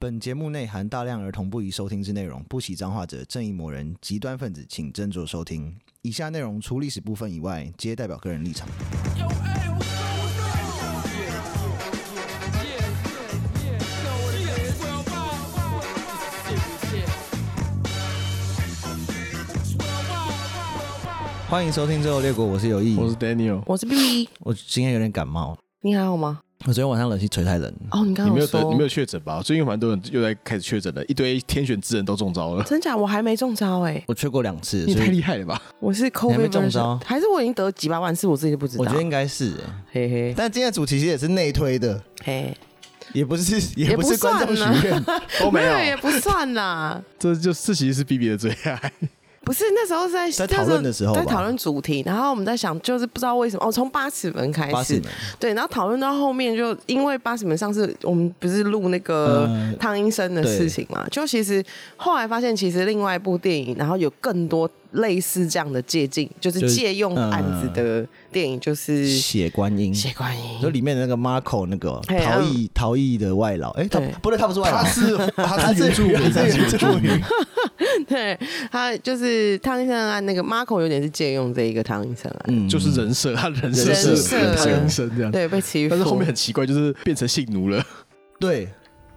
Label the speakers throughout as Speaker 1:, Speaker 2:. Speaker 1: 本节目内含大量儿童不宜收听之内容，不喜脏话者、正义魔人、极端分子，请斟酌收听。以下内容除历史部分以外，皆代表个人立场。欢迎收听《最后列国》，我是有意，
Speaker 2: 我是 Daniel，
Speaker 3: 我是 B B，
Speaker 1: 我今天有点感冒，
Speaker 3: 你还好吗？
Speaker 1: 我昨天晚上冷气吹太冷了。
Speaker 3: 哦，你刚
Speaker 2: 你
Speaker 3: 刚
Speaker 2: 没有得，
Speaker 3: 说
Speaker 2: 你没有确诊吧？最近蛮多人又在开始确诊了，一堆天选之人都中招了，
Speaker 3: 真假？我还没中招哎、
Speaker 1: 我去过两次，
Speaker 2: 你也
Speaker 1: 所
Speaker 2: 太
Speaker 1: 以
Speaker 2: 厉害了吧？
Speaker 3: 我是 COVID
Speaker 1: 还没中招
Speaker 3: version 还是我已经得几百万次，我自己都不知道。
Speaker 1: 我觉得应该是、欸。
Speaker 3: 嘿嘿
Speaker 1: 但今天的主题其实也是内推的，
Speaker 3: 嘿，
Speaker 1: 也不是 也
Speaker 3: 也
Speaker 1: 不
Speaker 3: 不
Speaker 1: 是观
Speaker 3: 算
Speaker 1: 众
Speaker 3: 呢
Speaker 1: 许 愿，
Speaker 2: 都没
Speaker 3: 也
Speaker 2: 有，
Speaker 3: 不算啦。
Speaker 2: 这就这其实是 B B 的最爱。
Speaker 3: 不是那时候是在
Speaker 1: 在讨论的时候吧
Speaker 3: 在讨论主题，然后我们在想，就是不知道为什么哦，从八尺门开
Speaker 1: 八
Speaker 3: 始
Speaker 1: 十，门。
Speaker 3: 对，然后讨论到后面就因为八尺门上次我们不是录那个
Speaker 1: 嗯
Speaker 3: 汤医生的事情嘛，就其实后来发现，其实另外一部电影，然后有更多类似这样的借镜，就
Speaker 1: 就是是嗯
Speaker 3: 借用案子的电影，就是
Speaker 1: 血观音，
Speaker 3: 谢观
Speaker 1: 就
Speaker 3: 音。
Speaker 1: 里面的那个 Marco 那个
Speaker 3: 嘿
Speaker 1: 逃逸逃逸的外劳，哎，他
Speaker 3: 对
Speaker 1: 不对，他不是外劳，
Speaker 2: 是他
Speaker 1: 是原
Speaker 2: 他是
Speaker 1: 住
Speaker 2: 原住民，
Speaker 3: 对，他就是汤医生的案那个 Marco 有点是借用这一个汤医生案，啊
Speaker 1: 嗯，
Speaker 2: 就是人设，他人设
Speaker 3: 人
Speaker 2: 是
Speaker 3: 设
Speaker 2: 唐僧这样。
Speaker 3: 对，被欺负。
Speaker 2: 但是后面很奇怪，就是变成性奴了，
Speaker 1: 对，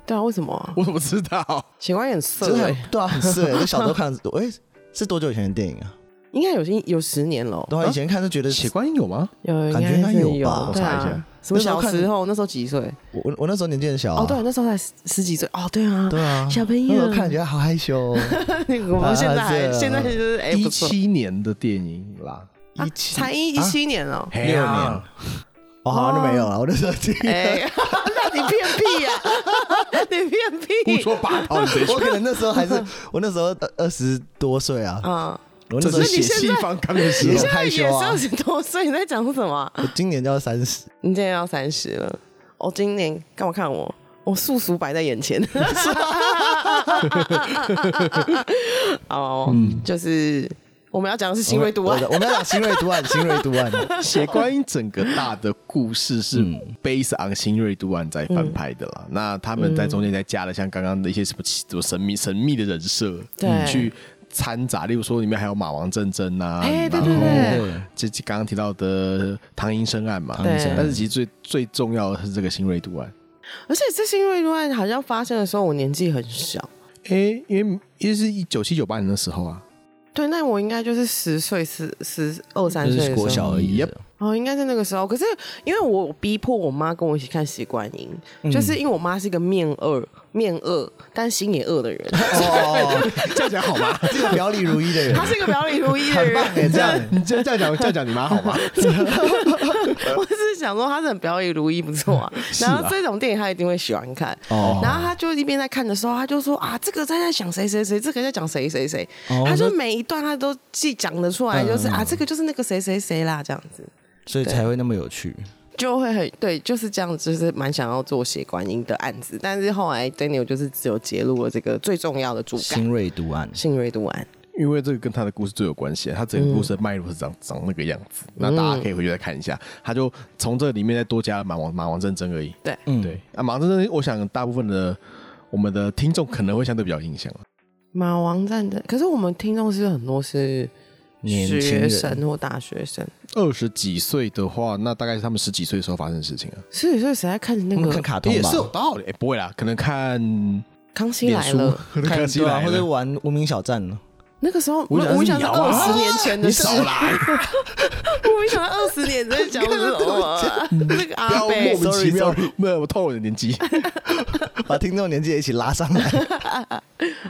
Speaker 3: 对啊，为什么、啊？
Speaker 2: 我怎么知道？
Speaker 3: 谢观音很
Speaker 1: 真
Speaker 3: 色、
Speaker 1: 的
Speaker 3: 欸，
Speaker 1: 很对啊，很 色。我小时候看，哎，是多久以前的电影啊？
Speaker 3: 应该有些有十年了哦，
Speaker 1: 对啊，以前看就觉得
Speaker 2: 血观音有吗？
Speaker 3: 有
Speaker 1: 感觉应该
Speaker 3: 是
Speaker 1: 有吧
Speaker 2: 我
Speaker 3: 对
Speaker 2: 查一下
Speaker 3: 啊，什么
Speaker 1: 那时候
Speaker 3: 小
Speaker 1: 看
Speaker 3: 时候那时候几岁？
Speaker 1: 我我我那时候年纪很小啊
Speaker 3: 哦，对，，那时候才十十几岁。哦，对啊，
Speaker 1: 对啊，
Speaker 3: 小朋友
Speaker 1: 那时候看觉得好害羞哦，
Speaker 3: 我们现在还、
Speaker 1: 啊是啊
Speaker 3: 现在就是哎、
Speaker 2: 一
Speaker 3: 不错，
Speaker 2: 七年的电影啦，
Speaker 3: 啊
Speaker 1: 一七
Speaker 3: 才一一七 年哦、
Speaker 2: 六
Speaker 1: 六年，哦，好像就没有了。我那时候听，
Speaker 3: 哎、 那你骗屁呀、 你骗
Speaker 2: 胡
Speaker 3: 屁！
Speaker 2: 说八哦道，你谁
Speaker 1: 我
Speaker 2: 说？
Speaker 1: 可能那时候还是我那时候二二十多岁啊，
Speaker 3: 啊，
Speaker 1: 我那
Speaker 2: 这
Speaker 1: 时候
Speaker 2: 是
Speaker 3: 那
Speaker 2: 血
Speaker 3: 你现
Speaker 2: 气
Speaker 3: 在
Speaker 2: 方刚的时
Speaker 1: 也
Speaker 3: 你
Speaker 2: 候
Speaker 1: 是
Speaker 3: 现。
Speaker 1: 害
Speaker 3: 在
Speaker 1: 羞
Speaker 3: 也是
Speaker 1: 啊
Speaker 3: 二十多岁，你在讲什么啊、
Speaker 1: 我今年就要三十，
Speaker 3: 你今年要三十了，我、今年干嘛看我？我速速摆在眼 前。 哦，就是我们要讲的是新锐毒
Speaker 1: 嗯我
Speaker 3: 案
Speaker 1: 的，我们要讲新锐毒案，新锐毒案，
Speaker 2: 血观音整个大的故事是
Speaker 3: 嗯
Speaker 2: based on 新锐都案在翻拍的啦，那他们在中间再加了像刚刚的一些什么奇什么神秘神秘的人设，
Speaker 3: 对
Speaker 2: 去掺杂，例如说里面还有马王阵阵呐，
Speaker 3: 哎对
Speaker 2: 然后
Speaker 3: 对对
Speaker 1: 对
Speaker 2: 这这刚刚提到的唐英生案嘛，
Speaker 3: 对
Speaker 2: 但是其实最最重要的是这个新锐都案，
Speaker 3: 而且这新锐毒案好像发生的时候，我年纪很小。
Speaker 2: 哎，因为因为是一九七九八年的时候啊，
Speaker 3: 对，那我应该就是十岁、十十二三
Speaker 1: 就
Speaker 3: 岁的
Speaker 1: 是
Speaker 3: 时
Speaker 1: 国
Speaker 3: 候，
Speaker 1: 小而已。
Speaker 2: Yep
Speaker 3: 哦，应该是那个时候。可是因为我逼迫我妈跟我一起看《习观音》
Speaker 1: 嗯
Speaker 3: 就是因为我妈是一个面恶、面恶但心也恶 的人，
Speaker 1: 哦，
Speaker 2: 这样讲好吗？
Speaker 1: 这个表里如一的人
Speaker 3: 她，是一个表里如一的
Speaker 1: 很棒哎，
Speaker 3: 人。
Speaker 1: 这样
Speaker 2: 你这样这样讲这样讲你妈好 吗？
Speaker 1: 欸
Speaker 3: 我是想说她是很表里如一，不错 啊。
Speaker 2: 是
Speaker 3: 然
Speaker 2: 啊
Speaker 3: 后这种电影她一定会喜欢看。
Speaker 1: 哦，
Speaker 3: 然后她就一边在看的时候，她就说啊，这个在在讲谁谁谁，这个在讲谁谁谁。
Speaker 1: 哦嗯
Speaker 3: 她就
Speaker 1: 那
Speaker 3: 每一段她都既讲得出来，就是、啊，这个就是那个谁谁谁啦，这样子。
Speaker 1: 所以才会那么有趣。
Speaker 3: 就会很对，就是这样，就是蛮想要做血观音的案子，但是后来 Daniel 就是只有揭露了这个最重要的主干
Speaker 1: 新锐毒案，
Speaker 3: 性锐度案，
Speaker 2: 因为这个跟他的故事最有关系，他整个故事的脉络是长长那个样子，
Speaker 3: 嗯
Speaker 2: 那大家可以回去再看一下。他就从这里面再多加了马王马王真真而已。
Speaker 3: 对
Speaker 1: 嗯
Speaker 2: 对，啊，马王真真，我想大部分的我们的听众可能会相对比较有印象
Speaker 3: 马王战争。可是我们听众是很多是
Speaker 1: 年轻
Speaker 3: 学
Speaker 1: 人
Speaker 3: 生或大学生，
Speaker 2: 二十几岁的话，那大概是他们十几岁的时候发生的事情啊，
Speaker 3: 所以所以谁在看那
Speaker 1: 我们
Speaker 3: 个
Speaker 1: 看卡通
Speaker 2: 也
Speaker 1: 吧
Speaker 2: 是，有道理。哎、不会啦，可能看
Speaker 3: 康熙
Speaker 2: 脸
Speaker 3: 来
Speaker 2: 书，
Speaker 3: 了？
Speaker 2: 可能
Speaker 1: 看
Speaker 2: 看起
Speaker 1: 对啊，
Speaker 2: 来
Speaker 1: 或者
Speaker 2: 了。
Speaker 1: 玩无名小站呢。
Speaker 3: 那个时候，
Speaker 2: 我
Speaker 3: 我
Speaker 2: 想
Speaker 3: 我想
Speaker 2: 是
Speaker 3: 到
Speaker 2: 你啊
Speaker 3: 二十年前的
Speaker 2: 你
Speaker 3: 事，
Speaker 2: 少来，
Speaker 3: 我想到二十年在讲什么啊？那个
Speaker 2: 不
Speaker 3: 阿
Speaker 2: 要莫
Speaker 3: 贝
Speaker 2: 名其妙
Speaker 1: Sorry，sorry，
Speaker 2: 没有，我透露我的年纪。
Speaker 1: 把听众年纪也一起拉上 来。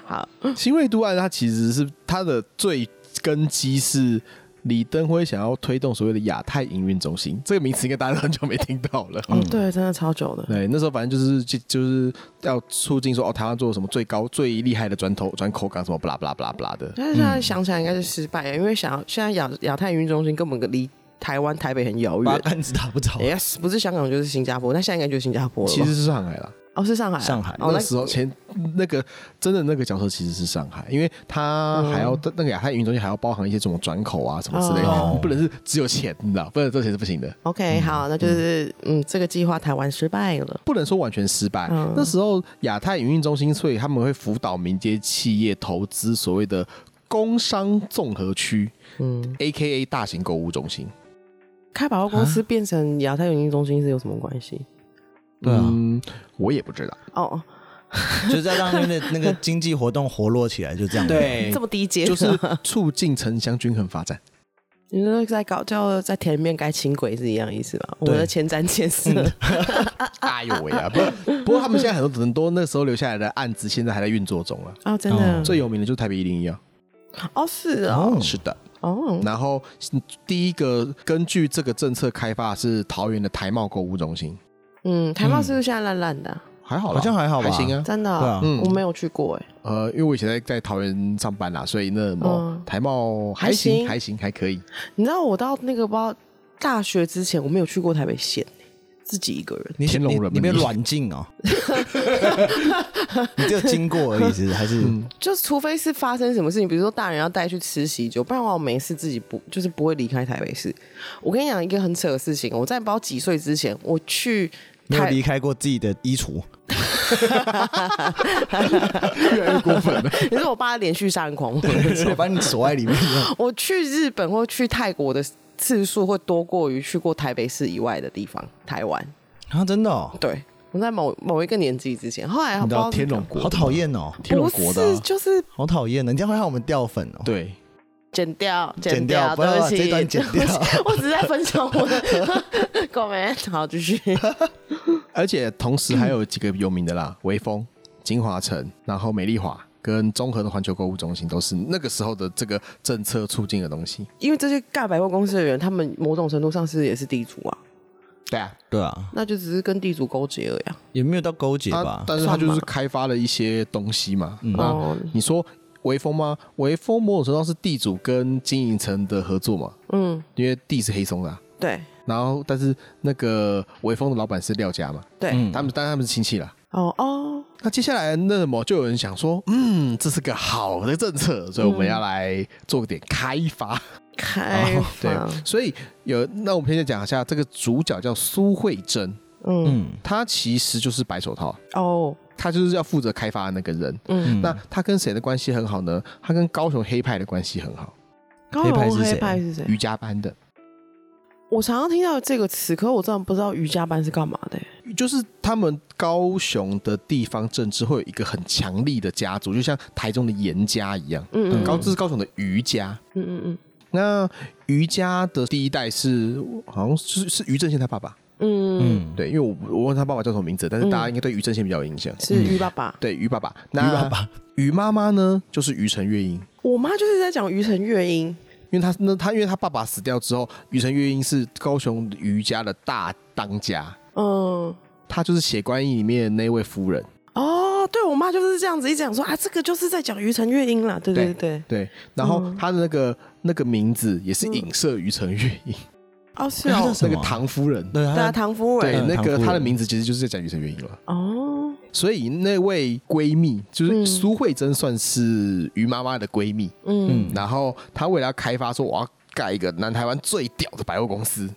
Speaker 3: 好，
Speaker 2: 新锐都案，它其实是它的最根基是李登辉想要推动所谓的亚太营运中心，这个名词应该大家都很久没听到了。
Speaker 3: 哦，对，真的超久的，
Speaker 2: 对，那时候反正就是就就是要促进说哦，台湾做什么最高最厉害的砖头砖口港什么不啦不啦不啦不啦的，
Speaker 3: 但是现在想起来应该是失败了，因为想要现在亚亚太运中心根本离台湾台北很遥
Speaker 1: 八
Speaker 3: 远。
Speaker 1: 竿子打不着，
Speaker 3: 哎 Yes，不是香港就是新加坡，那现在应该就是新加坡了吧。
Speaker 2: 其实是上海啦。
Speaker 3: 哦，是上海啊，
Speaker 1: 上海
Speaker 3: 哦，
Speaker 2: 那
Speaker 3: 那
Speaker 2: 时候前那个真的那个角色其实是上海，因为他还要、那个亚太运营中心还要包含一些什么转口啊什么之类的，
Speaker 1: 哦
Speaker 2: 不能是只有钱，你知道，不能这钱是不行的。
Speaker 3: OK，好，那就是嗯，这个计划台湾失败了。
Speaker 2: 不能说完全失败。
Speaker 3: 嗯
Speaker 2: 那时候亚太营运中心，所以他们会辅导民间企业投资所谓的工商综合区
Speaker 3: 嗯，
Speaker 2: （A K A 大型购物中心
Speaker 3: 开百货公司变成亚太营运中心是有什么关系？）。
Speaker 1: 对啊
Speaker 2: 嗯，我也不知道。
Speaker 3: 哦，
Speaker 1: 就是在让那边的那个经济活动活络起来，就这样。，
Speaker 2: 对
Speaker 3: 这么低阶，
Speaker 2: 就是促进城乡均衡发展。
Speaker 3: 你说在搞叫在田里面盖轻轨是一样的意思吧？我
Speaker 1: 对
Speaker 3: 的前瞻建设，
Speaker 2: 哎呦喂啊！不过不过他们现在很多很多那时候留下来的案子，现在还在运作中了。
Speaker 3: 哦，真的
Speaker 1: 嗯，
Speaker 2: 最有名的就是台北一零一啊，
Speaker 3: 哦是哦，
Speaker 2: 是的。
Speaker 3: 哦，
Speaker 2: 然后第一个根据这个政策开发的是桃园的台茂购物中心，
Speaker 3: 嗯，台贸是不是现在烂烂的啊？
Speaker 2: 还好啦，
Speaker 1: 好像还好吧
Speaker 2: 还行啊。
Speaker 3: 真的
Speaker 1: 对
Speaker 3: 哦，
Speaker 1: 啊
Speaker 2: 嗯
Speaker 3: 我没有去过哎，
Speaker 2: 呃，因为我以前在在桃园上班啦，所以那么、
Speaker 3: 嗯
Speaker 2: 台贸还
Speaker 3: 还
Speaker 2: 行，
Speaker 3: 行
Speaker 2: 还行，还可以。
Speaker 3: 你知道我到那个不知道大学之前我没有去过台北县，自己一个人。
Speaker 1: 你
Speaker 2: 天龙
Speaker 1: 你
Speaker 2: 人
Speaker 1: 你被
Speaker 2: 迷
Speaker 1: 软禁哦，你只有经过而已是不是，还是
Speaker 3: 就是除非是发生什么事情，比如说大人要带去吃喜酒，不然的话我每次自己不就是不会离开台北市。我跟你讲一个很扯的事情，我在不知道几岁之前，我去
Speaker 1: 没有
Speaker 3: 台
Speaker 1: 离开过自己的衣 橱。
Speaker 2: 越来越过分了。
Speaker 3: 你说我爸连续杀人狂魔，
Speaker 1: 对， 把你锁在里面一样。
Speaker 3: 我去日本或去泰国的次数会多过于去过台北市以外的地方，台湾。
Speaker 1: 啊，真的哦，
Speaker 3: 对，我在某某一个年纪之前，后来
Speaker 2: 你
Speaker 3: 不
Speaker 2: 知
Speaker 3: 知
Speaker 2: 道
Speaker 3: 道
Speaker 2: 天龙国
Speaker 1: 好讨厌哦，
Speaker 2: 天龙
Speaker 3: 不
Speaker 2: 国的啊、
Speaker 3: 是就是
Speaker 1: 好讨厌哦，你这样会让我们掉粉哦。
Speaker 2: 对，
Speaker 3: 剪掉，
Speaker 1: 剪掉
Speaker 3: 掉，
Speaker 1: 不要
Speaker 3: 对
Speaker 1: 把
Speaker 3: 不起，
Speaker 1: 这段剪掉
Speaker 3: 对不 起我只是在分享我的 够没？好，继续。
Speaker 2: 而且同时还有几个有名的
Speaker 3: 嗯
Speaker 2: 啦，微风、金华城，然后美丽华跟综合的环球购物中心，都是那个时候的这个政策促进的东西。
Speaker 3: 因为这些干百货公司的人，他们某种程度上是也是地主啊，
Speaker 2: 对啊，
Speaker 1: 对啊，
Speaker 3: 那就只是跟地主勾结而已、啊。
Speaker 1: 也没有到勾结
Speaker 2: 他
Speaker 1: 吧？
Speaker 2: 啊但是他
Speaker 3: 算
Speaker 2: 就是
Speaker 3: 吧
Speaker 2: 开发了一些东西嘛。那
Speaker 3: 哦，
Speaker 2: 你说微风吗？微风某种程度上是地主跟经营层的合作嘛，
Speaker 3: 嗯，
Speaker 2: 因为地是黑松的啊、
Speaker 3: 对
Speaker 2: 然后，但是那个微风的老板是廖家嘛，
Speaker 3: 对，
Speaker 1: 嗯
Speaker 2: 他们当然他们是亲戚啦。
Speaker 3: 哦哦，
Speaker 2: 那接下来那什么，就有人想说，嗯，这是个好的政策，所以我们要来做点开发。
Speaker 3: 开
Speaker 1: 哦
Speaker 2: 对
Speaker 3: 放，，
Speaker 2: 所以有那我们先讲一下这个主角叫苏慧珍，
Speaker 3: 嗯
Speaker 1: 嗯
Speaker 2: 她其实就是白手套，
Speaker 3: 哦，
Speaker 2: 她就是要负责开发的那个人。
Speaker 3: 嗯，
Speaker 1: 嗯，
Speaker 2: 那她跟谁的关系很好呢？她跟高雄黑派的关系很好，
Speaker 3: 高
Speaker 1: 黑派
Speaker 3: 雄
Speaker 1: 是谁
Speaker 3: 哦黑派是谁？
Speaker 2: 瑜伽班的，
Speaker 3: 我常常听到这个词，可是我真的不知道瑜伽班是干嘛的、欸
Speaker 2: 就是他们高雄的地方政治会有一个很强力的家族，就像台中的严家一样。
Speaker 3: 嗯嗯
Speaker 2: 高这是高雄的余家。
Speaker 3: 嗯嗯
Speaker 2: 那余家的第一代是好像是是于正宪他爸爸，
Speaker 3: 嗯嗯，
Speaker 1: 嗯，
Speaker 2: 对，因为我我问他爸爸叫什么名字，但是大家应该对于正宪比较有印象。
Speaker 3: 是于爸爸。
Speaker 2: 对，于爸爸，那
Speaker 1: 于爸爸，
Speaker 2: 于妈妈呢，就是于承月英，
Speaker 3: 我妈就是在讲于承月英，
Speaker 2: 因为他那他因为他爸爸死掉之后，于承月英是高雄余家的大当家，
Speaker 3: 嗯。
Speaker 2: 她就是《血观音》里面的那位夫人。
Speaker 3: 哦，对我妈就是这样子一讲说啊，这个就是在讲于承月英啦，对对对，
Speaker 2: 对，然后他的那个、那个名字也是影射于承月英，
Speaker 3: 哦是
Speaker 1: 那
Speaker 3: 哦
Speaker 1: 是，什
Speaker 2: 哎那
Speaker 1: 么
Speaker 2: 个唐夫人。
Speaker 1: 对
Speaker 3: 对啊，
Speaker 1: 啊，
Speaker 3: 唐夫
Speaker 2: 对，
Speaker 3: 人，
Speaker 1: 嗯
Speaker 2: 那
Speaker 1: 唐夫
Speaker 2: 个
Speaker 1: 人
Speaker 2: 她的名字其实就是在讲于承月英了。
Speaker 3: 哦，
Speaker 2: 所以那位闺蜜就是苏慧珍，算是于妈妈的闺蜜。
Speaker 3: 嗯，
Speaker 2: 然后她为了要开发说我要盖一个南台湾最屌的百货公司，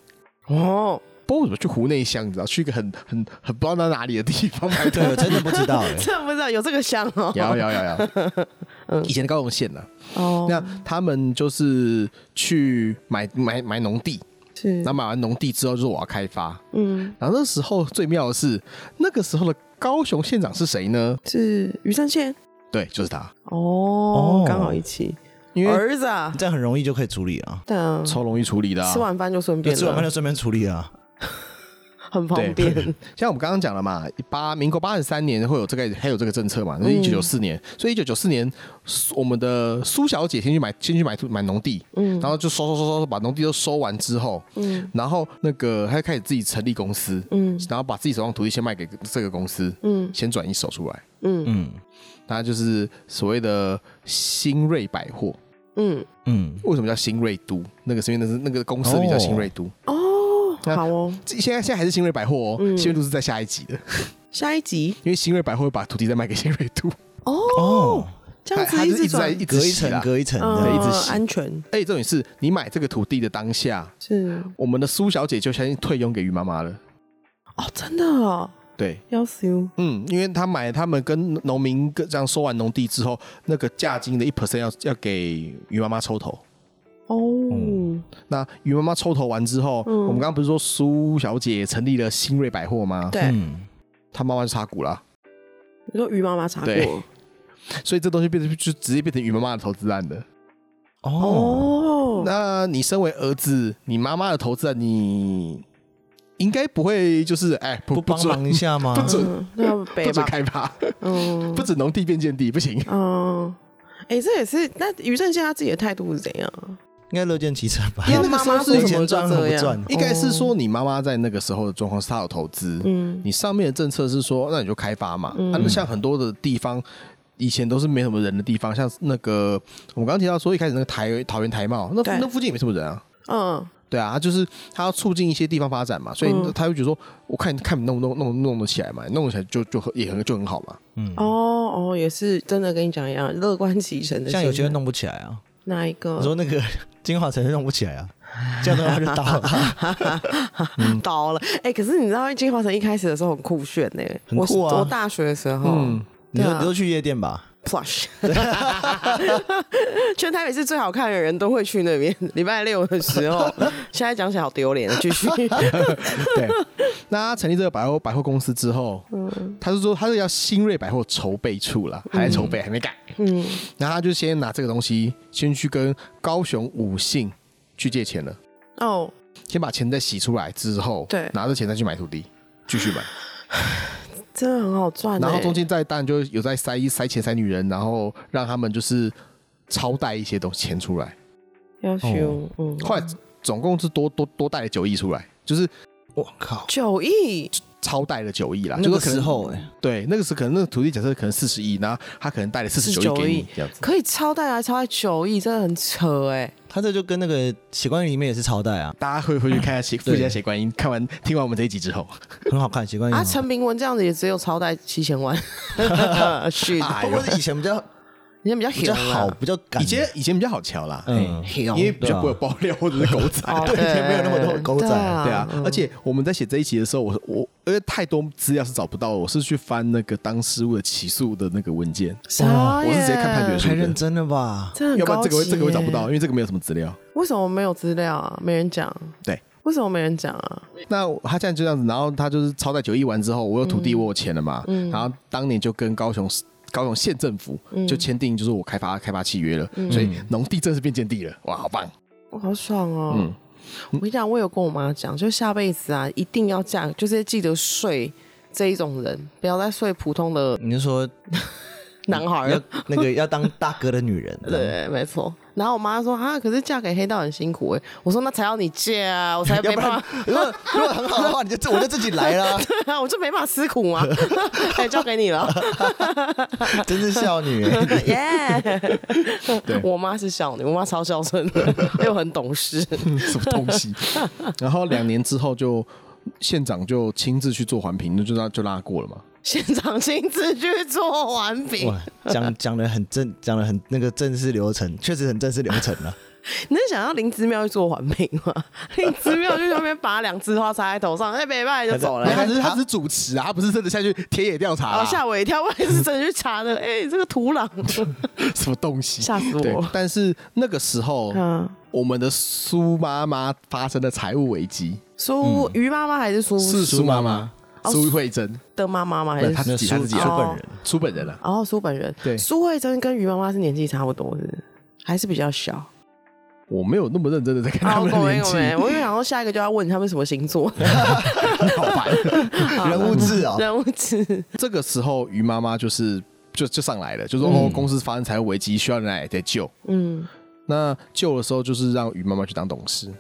Speaker 2: 嗯
Speaker 3: 哦，
Speaker 2: 不知道为什么去湖内乡，你知道，去一个很很很不知道到哪里的地方买
Speaker 1: 对，我
Speaker 2: 的。
Speaker 1: 真的不知道哎。
Speaker 3: 这不知道有这个香哦。
Speaker 2: 有有有有，以前的高雄县呢、
Speaker 3: 哦，
Speaker 2: 那他们就是去买买买农地，
Speaker 3: 是
Speaker 2: 然后买完农地之后就是我要开发。
Speaker 3: 嗯
Speaker 2: 然后那时候最妙的是，那个时候的高雄县长是谁呢？
Speaker 3: 是于正宪
Speaker 2: 对，就是他，
Speaker 1: 哦，
Speaker 3: 哦刚好一起
Speaker 2: 因为
Speaker 3: 儿子啊，
Speaker 1: 这样很容易就可以处理啊，
Speaker 3: 对啊，
Speaker 2: 超容易处理的、啊。
Speaker 3: 吃完饭就顺
Speaker 1: 就
Speaker 3: 便
Speaker 1: 吃完饭
Speaker 3: 了，
Speaker 1: 就顺便处理啊。
Speaker 3: 很方便，
Speaker 2: 像我们刚刚讲了嘛，八民国八十三年会有这个，还有这个政策嘛，那一
Speaker 3: 嗯
Speaker 2: 九九四年，所以一九九四年，苏我们的苏小姐先去买，先去买买农地，
Speaker 3: 嗯
Speaker 2: 然后就收收收收收，把农地都收完之后，
Speaker 3: 嗯
Speaker 2: 然后那个她就开始自己成立公司，
Speaker 3: 嗯
Speaker 2: 然后把自己手上土地先卖给这个公司，
Speaker 3: 嗯
Speaker 2: 先转一手出来，
Speaker 3: 嗯
Speaker 1: 嗯
Speaker 2: 那就是所谓的新锐百货。
Speaker 3: 嗯，
Speaker 1: 嗯，
Speaker 2: 为什么叫新锐都？那个是因为那是那个公司名叫新锐都，
Speaker 3: 哦，
Speaker 2: 那
Speaker 3: 好哦，
Speaker 2: 这现在现在还是新锐百货哦，新锐都是在下一集的，
Speaker 3: 下一集
Speaker 2: 因为新锐百货会把土地再卖给新锐度，
Speaker 1: 哦，啊
Speaker 3: 这样
Speaker 2: 它
Speaker 3: 子
Speaker 2: 它是
Speaker 3: 直
Speaker 2: 一直在
Speaker 3: 转，
Speaker 2: 一直
Speaker 1: 隔一
Speaker 2: 洗啦
Speaker 1: 层隔一层
Speaker 3: 嗯，
Speaker 1: 的，
Speaker 2: 对一直洗
Speaker 3: 安全
Speaker 2: 而且重点是你买这个土地的当下，
Speaker 3: 是
Speaker 2: 我们的苏小姐就先退佣给于妈妈了。
Speaker 3: 哦，真的哦
Speaker 2: 对，
Speaker 3: 要死哦
Speaker 2: 嗯，因为她买他们跟农民跟这样收完农地之后，那个价金的一 percent 要要给于妈妈抽头。
Speaker 3: 哦，
Speaker 1: 嗯
Speaker 2: 那于妈妈抽头完之后，
Speaker 3: 嗯
Speaker 2: 我们刚刚不是说苏小姐成立了新锐百货吗？
Speaker 3: 对，
Speaker 1: 嗯，
Speaker 2: 她妈妈就插股了，
Speaker 3: 你说于妈妈查
Speaker 2: 对
Speaker 3: 过
Speaker 2: 所以这东西变成就直接变成于妈妈的投资案了。
Speaker 1: 哦，
Speaker 3: 哦，
Speaker 2: 那你身为儿子，你妈妈的投资案，你应该不会就是哎不
Speaker 1: 不帮
Speaker 2: 准
Speaker 1: 忙一下吗？
Speaker 2: 不准
Speaker 3: 嗯，那 要背
Speaker 2: 不准
Speaker 3: 吧，
Speaker 2: 开发，
Speaker 3: 嗯
Speaker 2: 不准农地变建地，不行。
Speaker 3: 嗯。哎、这也是那于正现在自己的态度是怎样？
Speaker 1: 应该乐见其成吧？
Speaker 3: 因为
Speaker 2: 那个
Speaker 3: 妈
Speaker 2: 时候
Speaker 3: 妈
Speaker 2: 是
Speaker 3: 说
Speaker 1: 以
Speaker 3: 什
Speaker 1: 前
Speaker 3: 么
Speaker 1: 赚
Speaker 3: 都
Speaker 1: 很不
Speaker 3: 这样
Speaker 1: 赚，
Speaker 2: 应该是说你妈妈在那个时候的状况是她有投资，
Speaker 3: 嗯，
Speaker 2: 你上面的政策是说，那你就开发嘛。
Speaker 3: 嗯
Speaker 2: 啊那像很多的地方，以前都是没什么人的地方，像那个我们刚刚提到说一开始那个台桃园台贸，那
Speaker 3: 对
Speaker 2: 那附近也没什么人啊。
Speaker 3: 嗯，
Speaker 2: 对啊，他就是他要促进一些地方发展嘛，所以
Speaker 3: 嗯
Speaker 2: 他会觉得说，我看看你弄不弄弄弄得起来嘛，弄得起来就就很也很就很好 嘛。
Speaker 1: 嗯，
Speaker 3: 哦哦，也是真的跟你讲一样，乐观其成的心态。
Speaker 1: 像有些人弄不起来啊，
Speaker 3: 哪一
Speaker 1: 我
Speaker 3: 个
Speaker 1: 说那个金华城弄不起来啊，这样的话就倒 了，嗯
Speaker 3: 倒了？哎、可是你知道金华城一开始的时候很酷炫呢、
Speaker 1: 很酷啊
Speaker 3: 我我大学的时候、
Speaker 2: 嗯，
Speaker 1: 你
Speaker 3: 对
Speaker 1: 说
Speaker 3: 啊
Speaker 1: 你说去夜店吧，
Speaker 3: plush，全台北市最好看的人都会去那边。礼拜六的时 候，现在讲起来好丢脸。继续，
Speaker 2: 对。那他成立这个百货百货公司之后，
Speaker 3: 嗯
Speaker 2: 他是说他是要新锐百货筹备处啦，还在筹备，还没改。
Speaker 3: 嗯，
Speaker 2: 然后他就先拿这个东西，先去跟高雄五信去借钱了，
Speaker 3: 哦，
Speaker 2: 先把钱再洗出来之后，
Speaker 3: 对
Speaker 2: 拿着钱再去买土地，继续买。
Speaker 3: 真的很好赚、欸。
Speaker 2: 然后中间再当然就有在塞塞钱塞女人，然后让他们就是超贷一些东西钱出来。
Speaker 3: 要修，嗯，
Speaker 2: 后来总共是多多多贷了九亿出来，就是
Speaker 1: 我靠，
Speaker 3: 九亿，
Speaker 2: 超贷了九亿啦。
Speaker 1: 那
Speaker 2: 就
Speaker 1: 个
Speaker 2: 是可
Speaker 1: 时
Speaker 2: 能
Speaker 1: 候哎，
Speaker 2: 对那个时候可能那个土地假设可能四十亿，然后他可能贷了四十九亿给
Speaker 3: 49
Speaker 2: 你
Speaker 3: 亿
Speaker 2: 这样子。
Speaker 3: 可以超贷来超贷九亿，真的很扯哎、
Speaker 1: 他这就跟那个《血观音》里面也是朝代啊，
Speaker 2: 大家会回去看一下写复习一下写观音，看完听完我们这一集之后，
Speaker 1: 很好看，《血观音
Speaker 3: 啊，》
Speaker 1: 很好
Speaker 3: 陈明文这样子也只有超贷七千万， 是，
Speaker 1: 看，不过以前比较
Speaker 3: 人家比
Speaker 1: 比
Speaker 3: 较
Speaker 1: 较
Speaker 3: 狠
Speaker 1: 好，
Speaker 3: 啊，
Speaker 1: 比较敢，
Speaker 2: 哎以前以前比较好瞧啦，
Speaker 1: 嗯
Speaker 2: 嘿
Speaker 3: 因
Speaker 2: 因为比较不会有爆料或者是狗仔，
Speaker 3: 哦
Speaker 2: 哦对
Speaker 1: 以前没有那么多狗仔
Speaker 2: 对啊，
Speaker 3: 嗯
Speaker 2: 而且我们在写这一集的时候，我我因为太多资料是找不到的，我是去翻那个当事务的起诉的那个文件，
Speaker 3: 啥
Speaker 2: 嗯我是直接看判决书
Speaker 1: 太认真了吧？
Speaker 3: 真的很
Speaker 2: 要不然这个
Speaker 3: 高
Speaker 2: 会
Speaker 3: 级
Speaker 2: 这个会找
Speaker 3: 耶
Speaker 2: 不到，因为这个没有什么资料。
Speaker 3: 为什么没有资料啊？没人讲，
Speaker 2: 对，
Speaker 3: 为什么没人讲啊？
Speaker 2: 那他现在就这样子，然后他就是超贷九亿完之后，我有土地，我有钱了嘛，
Speaker 3: 嗯
Speaker 2: 然后当年就跟高雄市高雄县政府就签订，就是我开发开发契约了，
Speaker 3: 嗯
Speaker 2: 所以农地正式变建地了，哇，好棒！
Speaker 3: 我好爽哦！
Speaker 2: 嗯
Speaker 3: 我跟你讲，我有跟我妈讲，就下辈子啊，一定要嫁，就是记得睡这一种人，不要再睡普通的
Speaker 1: 你是说
Speaker 3: 男孩
Speaker 1: 要
Speaker 3: 了。
Speaker 1: 那个要当大哥的女人？
Speaker 3: 对，没错。然后我妈说啊，可是嫁给黑道很辛苦哎、我说那才要你嫁啊，我才
Speaker 1: 要
Speaker 3: 没
Speaker 1: 不
Speaker 3: 办
Speaker 1: 然
Speaker 3: 法，
Speaker 1: 如果如果很好的话，你就自我就自己来 啦，
Speaker 3: 对啊，我就没办法吃苦嘛。 哎、交给你了，
Speaker 1: 真是孝女欸。
Speaker 3: 耶、我妈是孝女，我妈超孝顺的， 又很懂事。
Speaker 2: 什么东 西？然后两年之后就县长就亲自去做环评，就让就让他过了嘛。
Speaker 3: 现场亲自去做完饼，
Speaker 1: 哇，讲讲的很正，讲的很那个正式流程，确实很正式流程啊 了。
Speaker 3: 你能想象林芝庙去做环评吗？ 林芝庙就在那边把两枝花插在头上，哎，拜拜就走了
Speaker 2: 没。有他
Speaker 1: 还
Speaker 2: 只是他只是主持啊，他不是真的下去田野调查
Speaker 3: 啊！
Speaker 2: 啊，
Speaker 3: 吓我一跳，我也是真的去查的。哎、这个土壤，
Speaker 2: 什么东西？
Speaker 3: 吓死我
Speaker 2: 对但是那个时候，
Speaker 3: 嗯，
Speaker 2: 我们的苏妈妈发生了财务危机，
Speaker 3: 苏于妈妈还是苏
Speaker 2: 嗯是苏妈妈
Speaker 3: 哦
Speaker 2: 苏慧珍，
Speaker 3: 的妈妈吗？还
Speaker 2: 不
Speaker 3: 是
Speaker 2: 是她自己，
Speaker 1: 那
Speaker 2: 她
Speaker 1: 苏
Speaker 2: 自己
Speaker 1: 苏
Speaker 2: 啊
Speaker 1: 本人
Speaker 2: 苏本人啊。
Speaker 3: 哦，苏本人。
Speaker 2: 对
Speaker 3: 苏慧珍跟于妈妈是年纪差不多的，还是比较小。
Speaker 2: 我没有那么认真的在看
Speaker 3: 啊，
Speaker 2: 他
Speaker 3: 我
Speaker 2: 们的
Speaker 3: 没
Speaker 2: 年
Speaker 3: 我
Speaker 2: 纪，
Speaker 3: 没，我就想说下一个就要问他们什么星座，
Speaker 2: 好烦。
Speaker 1: 人物志哦，
Speaker 3: 人物志。
Speaker 2: 这个时候，于妈妈就是就就上来了，就说哦，公司发生财务危机，需要人来来救。
Speaker 3: 嗯，
Speaker 2: 那救的时候，就是让于妈妈去当董事，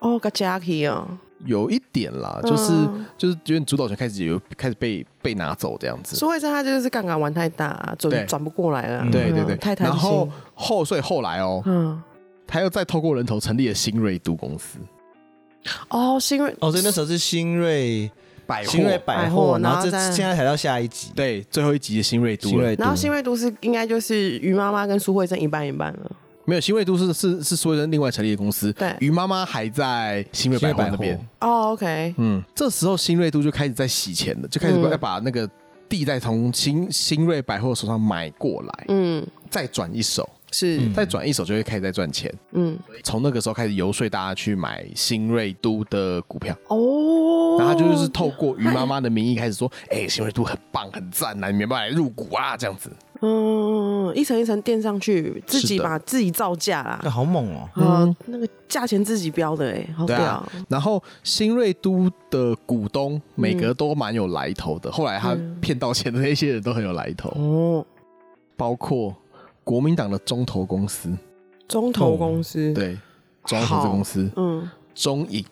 Speaker 3: 哦，个 Jacky 哦，
Speaker 2: 有一点啦，就是、
Speaker 3: 嗯
Speaker 2: 就是因为主导权开始有开始被被拿走这样子。
Speaker 3: 苏慧珍她就是杠杆玩太大、
Speaker 2: 对
Speaker 3: 转转不过来了、
Speaker 2: 对
Speaker 3: 嗯
Speaker 2: 对对，
Speaker 3: 太贪
Speaker 2: 然
Speaker 3: 心。
Speaker 2: 后后所以后来哦，
Speaker 3: 嗯，
Speaker 2: 他又再透过人头成立了新锐都公司，
Speaker 3: 哦，新锐
Speaker 1: 哦，所以那时候是新锐
Speaker 2: 百
Speaker 1: 新锐
Speaker 2: 货
Speaker 1: 百
Speaker 3: 百货
Speaker 1: 货，然后这
Speaker 3: 然后再
Speaker 1: 现在才到下一集，
Speaker 2: 对最后一集的新锐都
Speaker 1: 新
Speaker 2: 了，
Speaker 1: 锐都
Speaker 3: 然后新锐都市应该就是于妈妈跟苏慧珍一半一半了。
Speaker 2: 没有新锐都是是是苏慧珍另外成立的公司，
Speaker 3: 对
Speaker 2: 于妈妈还在新锐
Speaker 1: 新锐
Speaker 2: 百货
Speaker 1: 百
Speaker 2: 那
Speaker 1: 货
Speaker 2: 边，
Speaker 3: 哦，OK，
Speaker 2: 嗯，这时候新锐都就开始在洗钱了，就开始
Speaker 3: 嗯
Speaker 2: 要把那个地再从新新锐百货手上买过来，
Speaker 3: 嗯，
Speaker 2: 再转一手，
Speaker 3: 是，
Speaker 1: 嗯
Speaker 2: 再转一手就会开始在赚钱。
Speaker 3: 嗯，
Speaker 2: 从那个时候开始游说大家去买新锐都的股票，
Speaker 3: 哦，
Speaker 2: 然后他就是透过于妈妈的名义开始说：“哎、新锐都很棒，很赞呐、你们要不要来入股啊？”这样子，
Speaker 3: 嗯，一层一层垫上去，自己
Speaker 2: 是的嗯
Speaker 3: 把自己造价啦
Speaker 1: 那。好猛哦！
Speaker 3: 啊、那个价钱自己标的哎、好
Speaker 2: 对
Speaker 3: 屌、
Speaker 2: 啊。然后新锐都的股东每个都蛮有来头的，后来他骗到钱的那些人都很有来头，
Speaker 3: 哦！
Speaker 2: 包括国民党的中投公司。
Speaker 3: 中投公司，，
Speaker 2: 嗯对，中央投资公司
Speaker 3: 嗯，
Speaker 2: 中影，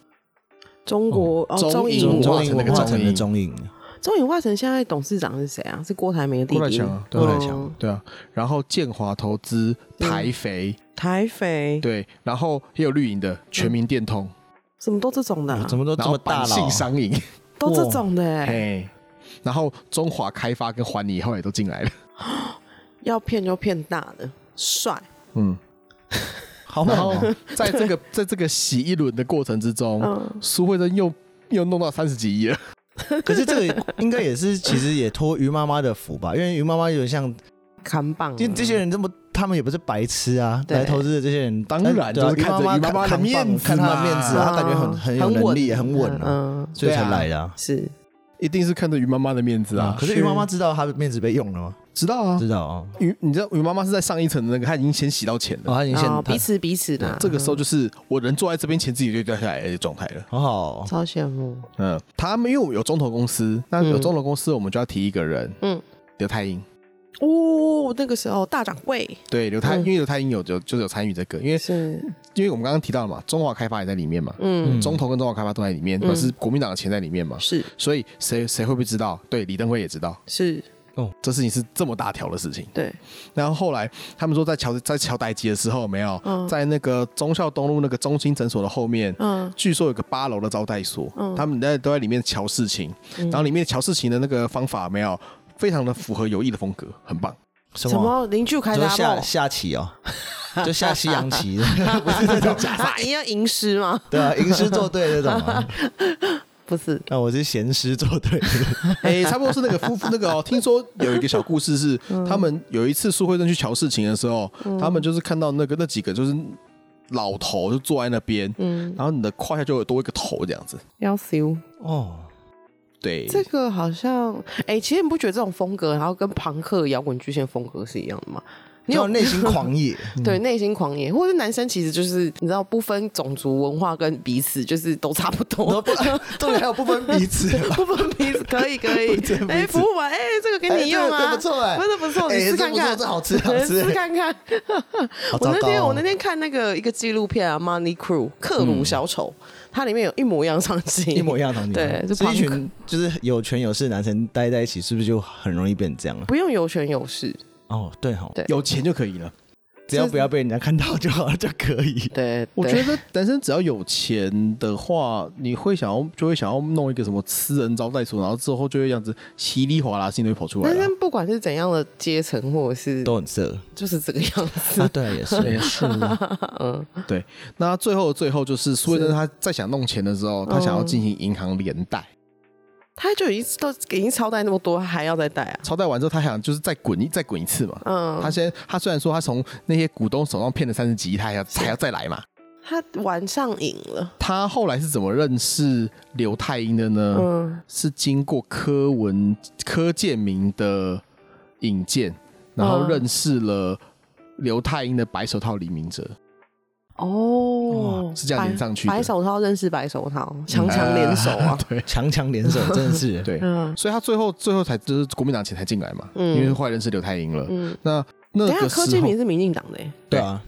Speaker 3: 中国哦，
Speaker 2: 中
Speaker 3: 中
Speaker 2: 影
Speaker 3: 影
Speaker 2: 文化
Speaker 1: 中影
Speaker 2: 城那个
Speaker 1: 文化城的
Speaker 2: 中
Speaker 1: 中影，
Speaker 3: 中影化成现在董事长是谁啊？是郭台铭的弟弟，
Speaker 2: 郭台强啊
Speaker 1: 对郭台
Speaker 3: 嗯
Speaker 1: 强
Speaker 2: 对啊，然后建华投资、台肥，
Speaker 3: 台肥，
Speaker 2: 对，然后也有绿营的全民电通，
Speaker 3: 什么都这种的啊、
Speaker 1: 怎么都
Speaker 2: 然
Speaker 1: 这
Speaker 2: 后
Speaker 1: 么大
Speaker 2: 百
Speaker 1: 了
Speaker 2: 信？商银，
Speaker 3: 都这种的哎、
Speaker 2: 嘿，然后中华开发跟环以后也都进来了，
Speaker 3: 要骗就骗大的，帅，
Speaker 2: 嗯，
Speaker 1: 好猛
Speaker 2: 然后
Speaker 1: 哦！
Speaker 2: 在这个在这个洗一轮的过程之中，
Speaker 3: 嗯，
Speaker 2: 苏慧珍又又弄到三十几亿了，
Speaker 1: 可是这个应该也是，其实也托于妈妈的福吧，因为于妈妈有点像，
Speaker 3: 扛棒、啊，
Speaker 1: 因为这些人这么，他们也不是白痴啊，
Speaker 3: 对
Speaker 1: 来投资的这些人，
Speaker 2: 当然
Speaker 1: 对啊
Speaker 2: 就是看着
Speaker 1: 于妈
Speaker 2: 于妈妈的
Speaker 1: 扛
Speaker 2: 面
Speaker 1: 棒
Speaker 2: 子啊
Speaker 1: 看她的
Speaker 2: 嘛
Speaker 1: 面子，啊她感觉很嗯很有能力，很稳啊，
Speaker 3: 嗯，嗯
Speaker 1: 所以才
Speaker 2: 对啊
Speaker 1: 来的啊。
Speaker 3: 是
Speaker 2: 一定是看着于妈妈的面子啊
Speaker 1: 可，是于妈妈知道她的面子被用了吗？
Speaker 2: 知道啊
Speaker 1: 知，道哦，
Speaker 2: 于你知道于妈妈是在上一层的那个，她已经先洗到钱了
Speaker 1: 哦，。她已经先
Speaker 3: 哦，
Speaker 1: 她
Speaker 3: 彼此彼此的啊，
Speaker 2: 这个时候就是我人坐在这边前自己就掉下来的状态了。
Speaker 1: 好好哦
Speaker 3: 嗯超羡慕，
Speaker 2: 嗯，他们因为我们有中投公司，那有中投公司我们就要提一个人，
Speaker 3: 嗯，
Speaker 2: 刘太英。
Speaker 3: 哦，那个时候大掌柜
Speaker 2: 对，刘太，
Speaker 3: 嗯
Speaker 2: 因为刘太英有有就是有参与这个，因为
Speaker 3: 是，
Speaker 2: 因为我们刚刚提到了嘛，中华开发也在里面嘛，
Speaker 3: 嗯，
Speaker 2: 中投跟中华开发都在里面，
Speaker 3: 嗯
Speaker 2: 可是国民党的钱在里面嘛，
Speaker 3: 是
Speaker 2: 所以谁谁会不知道？对，李登辉也知道。
Speaker 3: 是，
Speaker 2: 这事情是这么大条的事情，
Speaker 3: 对，然
Speaker 2: 然后后来他们说在桥在桥台街的时候，有没有、
Speaker 3: 嗯
Speaker 2: 在那个忠孝东路那个中心诊所的后面，
Speaker 3: 嗯
Speaker 2: 据说有个八楼的招待所，
Speaker 3: 嗯
Speaker 2: 他们在都在里面瞧事情，然后里面瞧事情的那个方法有没有非常的符合友谊的风格，很棒。
Speaker 1: 什
Speaker 3: 什
Speaker 1: 么？
Speaker 3: 么邻居开啊
Speaker 1: 就
Speaker 3: 大
Speaker 1: 是下
Speaker 3: 梦，
Speaker 1: 下棋 哦，就下西洋棋， 不是那种假
Speaker 3: 啊，一定要吟诗吗？
Speaker 1: 对啊，吟诗作对那种啊。
Speaker 3: 不是，
Speaker 1: 那我是闲诗作对，
Speaker 2: 哎、差不多是那个夫妇那 个哦，听说有一个小故事是，
Speaker 3: 嗯
Speaker 2: 他们有一次苏慧珍去瞧事情的时候，他们就是看到那个那几个就是老头就坐在那边，
Speaker 3: 嗯，
Speaker 2: 然后你的胯下就有多一个头这样子，
Speaker 3: 要修
Speaker 1: 哦，
Speaker 2: 对，
Speaker 3: 这个好像，哎，其实你不觉得这种风格，然后跟朋克摇滚巨献风格是一样的吗？你
Speaker 1: 你
Speaker 3: 有
Speaker 1: 有内心狂 野，
Speaker 3: 对内心狂野，或者是男生其实就是你知道不分种族文化跟彼此就是都差不
Speaker 1: 然后
Speaker 3: 多，
Speaker 1: 不重点还有不分彼此啊 啦。
Speaker 3: 不分彼此可以可以
Speaker 1: 分，彼
Speaker 3: 哎、
Speaker 1: 此
Speaker 3: 服务完哎、这个给你用
Speaker 1: 哎这
Speaker 3: 啊，
Speaker 1: 个不错哎
Speaker 3: 真的不错，
Speaker 1: 哎
Speaker 3: 你试看看，
Speaker 1: 这不错这好吃好吃哎
Speaker 3: 试看看。
Speaker 1: 好
Speaker 3: 我
Speaker 1: 糟
Speaker 3: 那天
Speaker 1: 糕哦嗯
Speaker 3: 我那天看那个一个纪录片啊，《Money Crew》克鲁小丑，它里面有一模一样的场景，
Speaker 1: 一模一样的场景，啊
Speaker 3: 对，就是朋
Speaker 1: 一
Speaker 3: 克
Speaker 1: 群就是有权有势的男生待在一起，是不是就很容易变这样啊？
Speaker 3: 不用有权有势，
Speaker 1: 哦，对哈，
Speaker 3: 对
Speaker 2: 有钱就可以了。
Speaker 1: 只要不要被人家看到就好了，就可以。
Speaker 3: 对，
Speaker 2: 我
Speaker 3: 对
Speaker 2: 觉得男生只要有钱的话，你会想要就会想要弄一个什么私人招待所，然后之后就会这样子稀里哗啦，心里会跑出来
Speaker 3: 男
Speaker 2: 啊。
Speaker 3: 生不管是怎样的阶层，或者是
Speaker 1: 都很色
Speaker 3: 就是这个样子
Speaker 1: 啊，，对啊，也是，
Speaker 2: 是，对。那最后的最后就是苏慧珍，她在想弄钱的时候，她想要进行银行连贷，
Speaker 3: 嗯他就已经都已经超贷那么多，还要再贷啊，
Speaker 2: 超贷完之后，她想就是再滚一再滚一次嘛。
Speaker 3: 嗯，
Speaker 2: 她先，她虽然说她从那些股东手上骗了三十几亿，她还要还要再来嘛。
Speaker 3: 他玩上瘾了，
Speaker 2: 她后来是怎么认识刘太英的呢？
Speaker 3: 嗯，
Speaker 2: 是经过柯文柯建明的引荐，然后
Speaker 3: 嗯
Speaker 2: 认识了刘太英的白手套李明哲，
Speaker 3: 哦
Speaker 2: 哇，是这样连上去的
Speaker 3: 白白手套认识白手套，强强联手啊，
Speaker 2: 对
Speaker 1: 强强联手，真的 是。
Speaker 2: 对，
Speaker 3: 嗯
Speaker 2: 所以他最后最后才就是国民党前才进来嘛，
Speaker 3: 嗯
Speaker 2: 因为后来认识刘太英了。
Speaker 3: 嗯。
Speaker 2: 那那
Speaker 3: 等一下，
Speaker 2: 个
Speaker 3: 柯
Speaker 2: 时
Speaker 3: 建哦
Speaker 2: 候
Speaker 3: 明是民进党的欸，
Speaker 1: 对啊，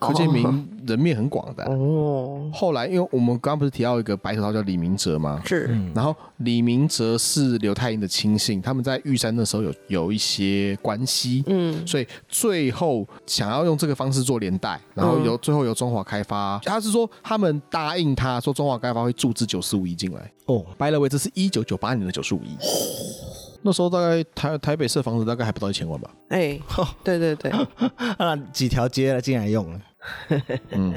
Speaker 2: 柯建明人面很广的啊、
Speaker 3: 哦，
Speaker 2: 后来，因为我们刚刚不是提到一个白手套叫李明哲吗？
Speaker 3: 是
Speaker 2: 然后李明哲是刘太英的亲信，他们在玉山那时候有有一些关系，
Speaker 3: 嗯
Speaker 2: 所以最后想要用这个方式做连带，然后由、最后由中华开发，他是说他们答应他说中华开发会注资九四五亿进来。
Speaker 1: 哦，
Speaker 2: 白了为这是一九九八年的九十五亿，那时候大概台台北市的房子大概还不到一千万吧。
Speaker 3: 哎、对对 对，
Speaker 1: 那几条街了，竟然用了，
Speaker 2: 嗯，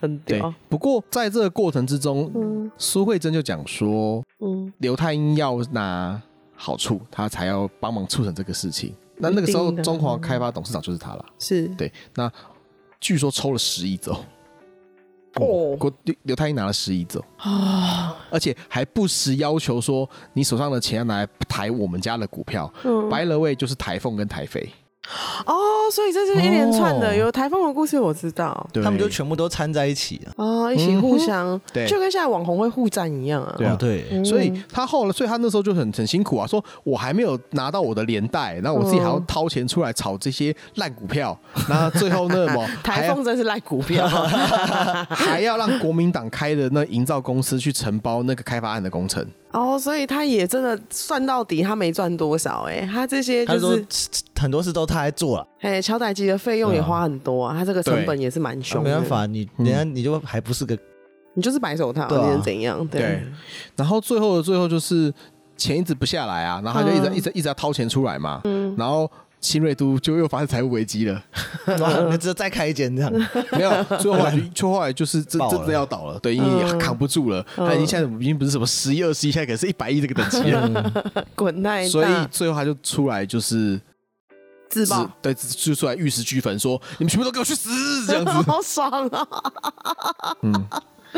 Speaker 3: 很
Speaker 2: 对哦
Speaker 3: 屌，。
Speaker 2: 不过在这个过程之中，苏慧珍就讲说，
Speaker 3: 嗯，
Speaker 2: 刘太英要拿好处，他才要帮忙促成这个事情。那那个时候
Speaker 3: 一定，的
Speaker 2: 中华开发董事长就是他了。
Speaker 3: 是
Speaker 2: 对，那据说抽了十亿走，
Speaker 3: 哦
Speaker 2: 郭刘刘太英拿了十亿走，
Speaker 3: 啊，
Speaker 2: 而且还不时要求说，你手上的钱要拿来抬我们家的股票。
Speaker 3: 嗯
Speaker 2: 白了位就是台凤跟台肥，
Speaker 3: 哦，所以这是一连串的，
Speaker 1: 哦
Speaker 3: 有台风的故事我知道
Speaker 2: 对
Speaker 1: 他们就全部都掺在一起了。
Speaker 3: 啊，一起互相，
Speaker 2: 对
Speaker 3: 就跟现在网红会互赞一样啊，
Speaker 2: 对啊
Speaker 1: 哦对，
Speaker 2: 所
Speaker 3: 嗯
Speaker 2: 以他后来，所以他那时候就很很辛苦啊，说我还没有拿到我的连带，然后我自己还要掏钱出来炒这些烂股票，然后最后那什么还
Speaker 3: 台
Speaker 2: 要
Speaker 3: 风真是赖股票，
Speaker 2: 还要让国民党开的那营造公司去承包那个开发案的工程，
Speaker 3: 哦，所以他也真的算到底，他没赚多少哎、他这些
Speaker 1: 他
Speaker 3: 就
Speaker 1: 说
Speaker 3: 是
Speaker 1: 很多事都他在做了，
Speaker 3: 哎，乔代基的费用也花很多啊，他这个成本也是蛮
Speaker 1: 啊
Speaker 3: 凶
Speaker 1: 没
Speaker 3: 的，
Speaker 1: 办，法，你
Speaker 2: 嗯
Speaker 1: 人家你就还不是个
Speaker 3: 你就是白手套，
Speaker 1: 对啊
Speaker 3: 你能怎样？对
Speaker 2: 对，然后最后的最后就是钱一直不下来啊，然后他就一直、
Speaker 3: 嗯
Speaker 2: 一直一直要掏钱出来嘛，然后新瑞都就又发生财务危机了，
Speaker 1: 哇，那只有再开一间这样。
Speaker 2: 没有，最后来 就最后来就是真
Speaker 1: 爆了
Speaker 2: 真的要倒了，对，因为
Speaker 3: 嗯
Speaker 2: 扛不住了，他已经现在已经不是什么十亿二十亿，现在可能是一百亿这个等级了。
Speaker 1: 嗯
Speaker 3: 滚 太
Speaker 2: 所以
Speaker 3: 大，
Speaker 2: 最后他就出来就是
Speaker 3: 嗯自
Speaker 2: 自
Speaker 3: 爆，
Speaker 2: 对，自就出来玉石俱焚，说你们全部都给我去死这样子。
Speaker 3: 好爽啊！
Speaker 2: 嗯，
Speaker 3: 哦，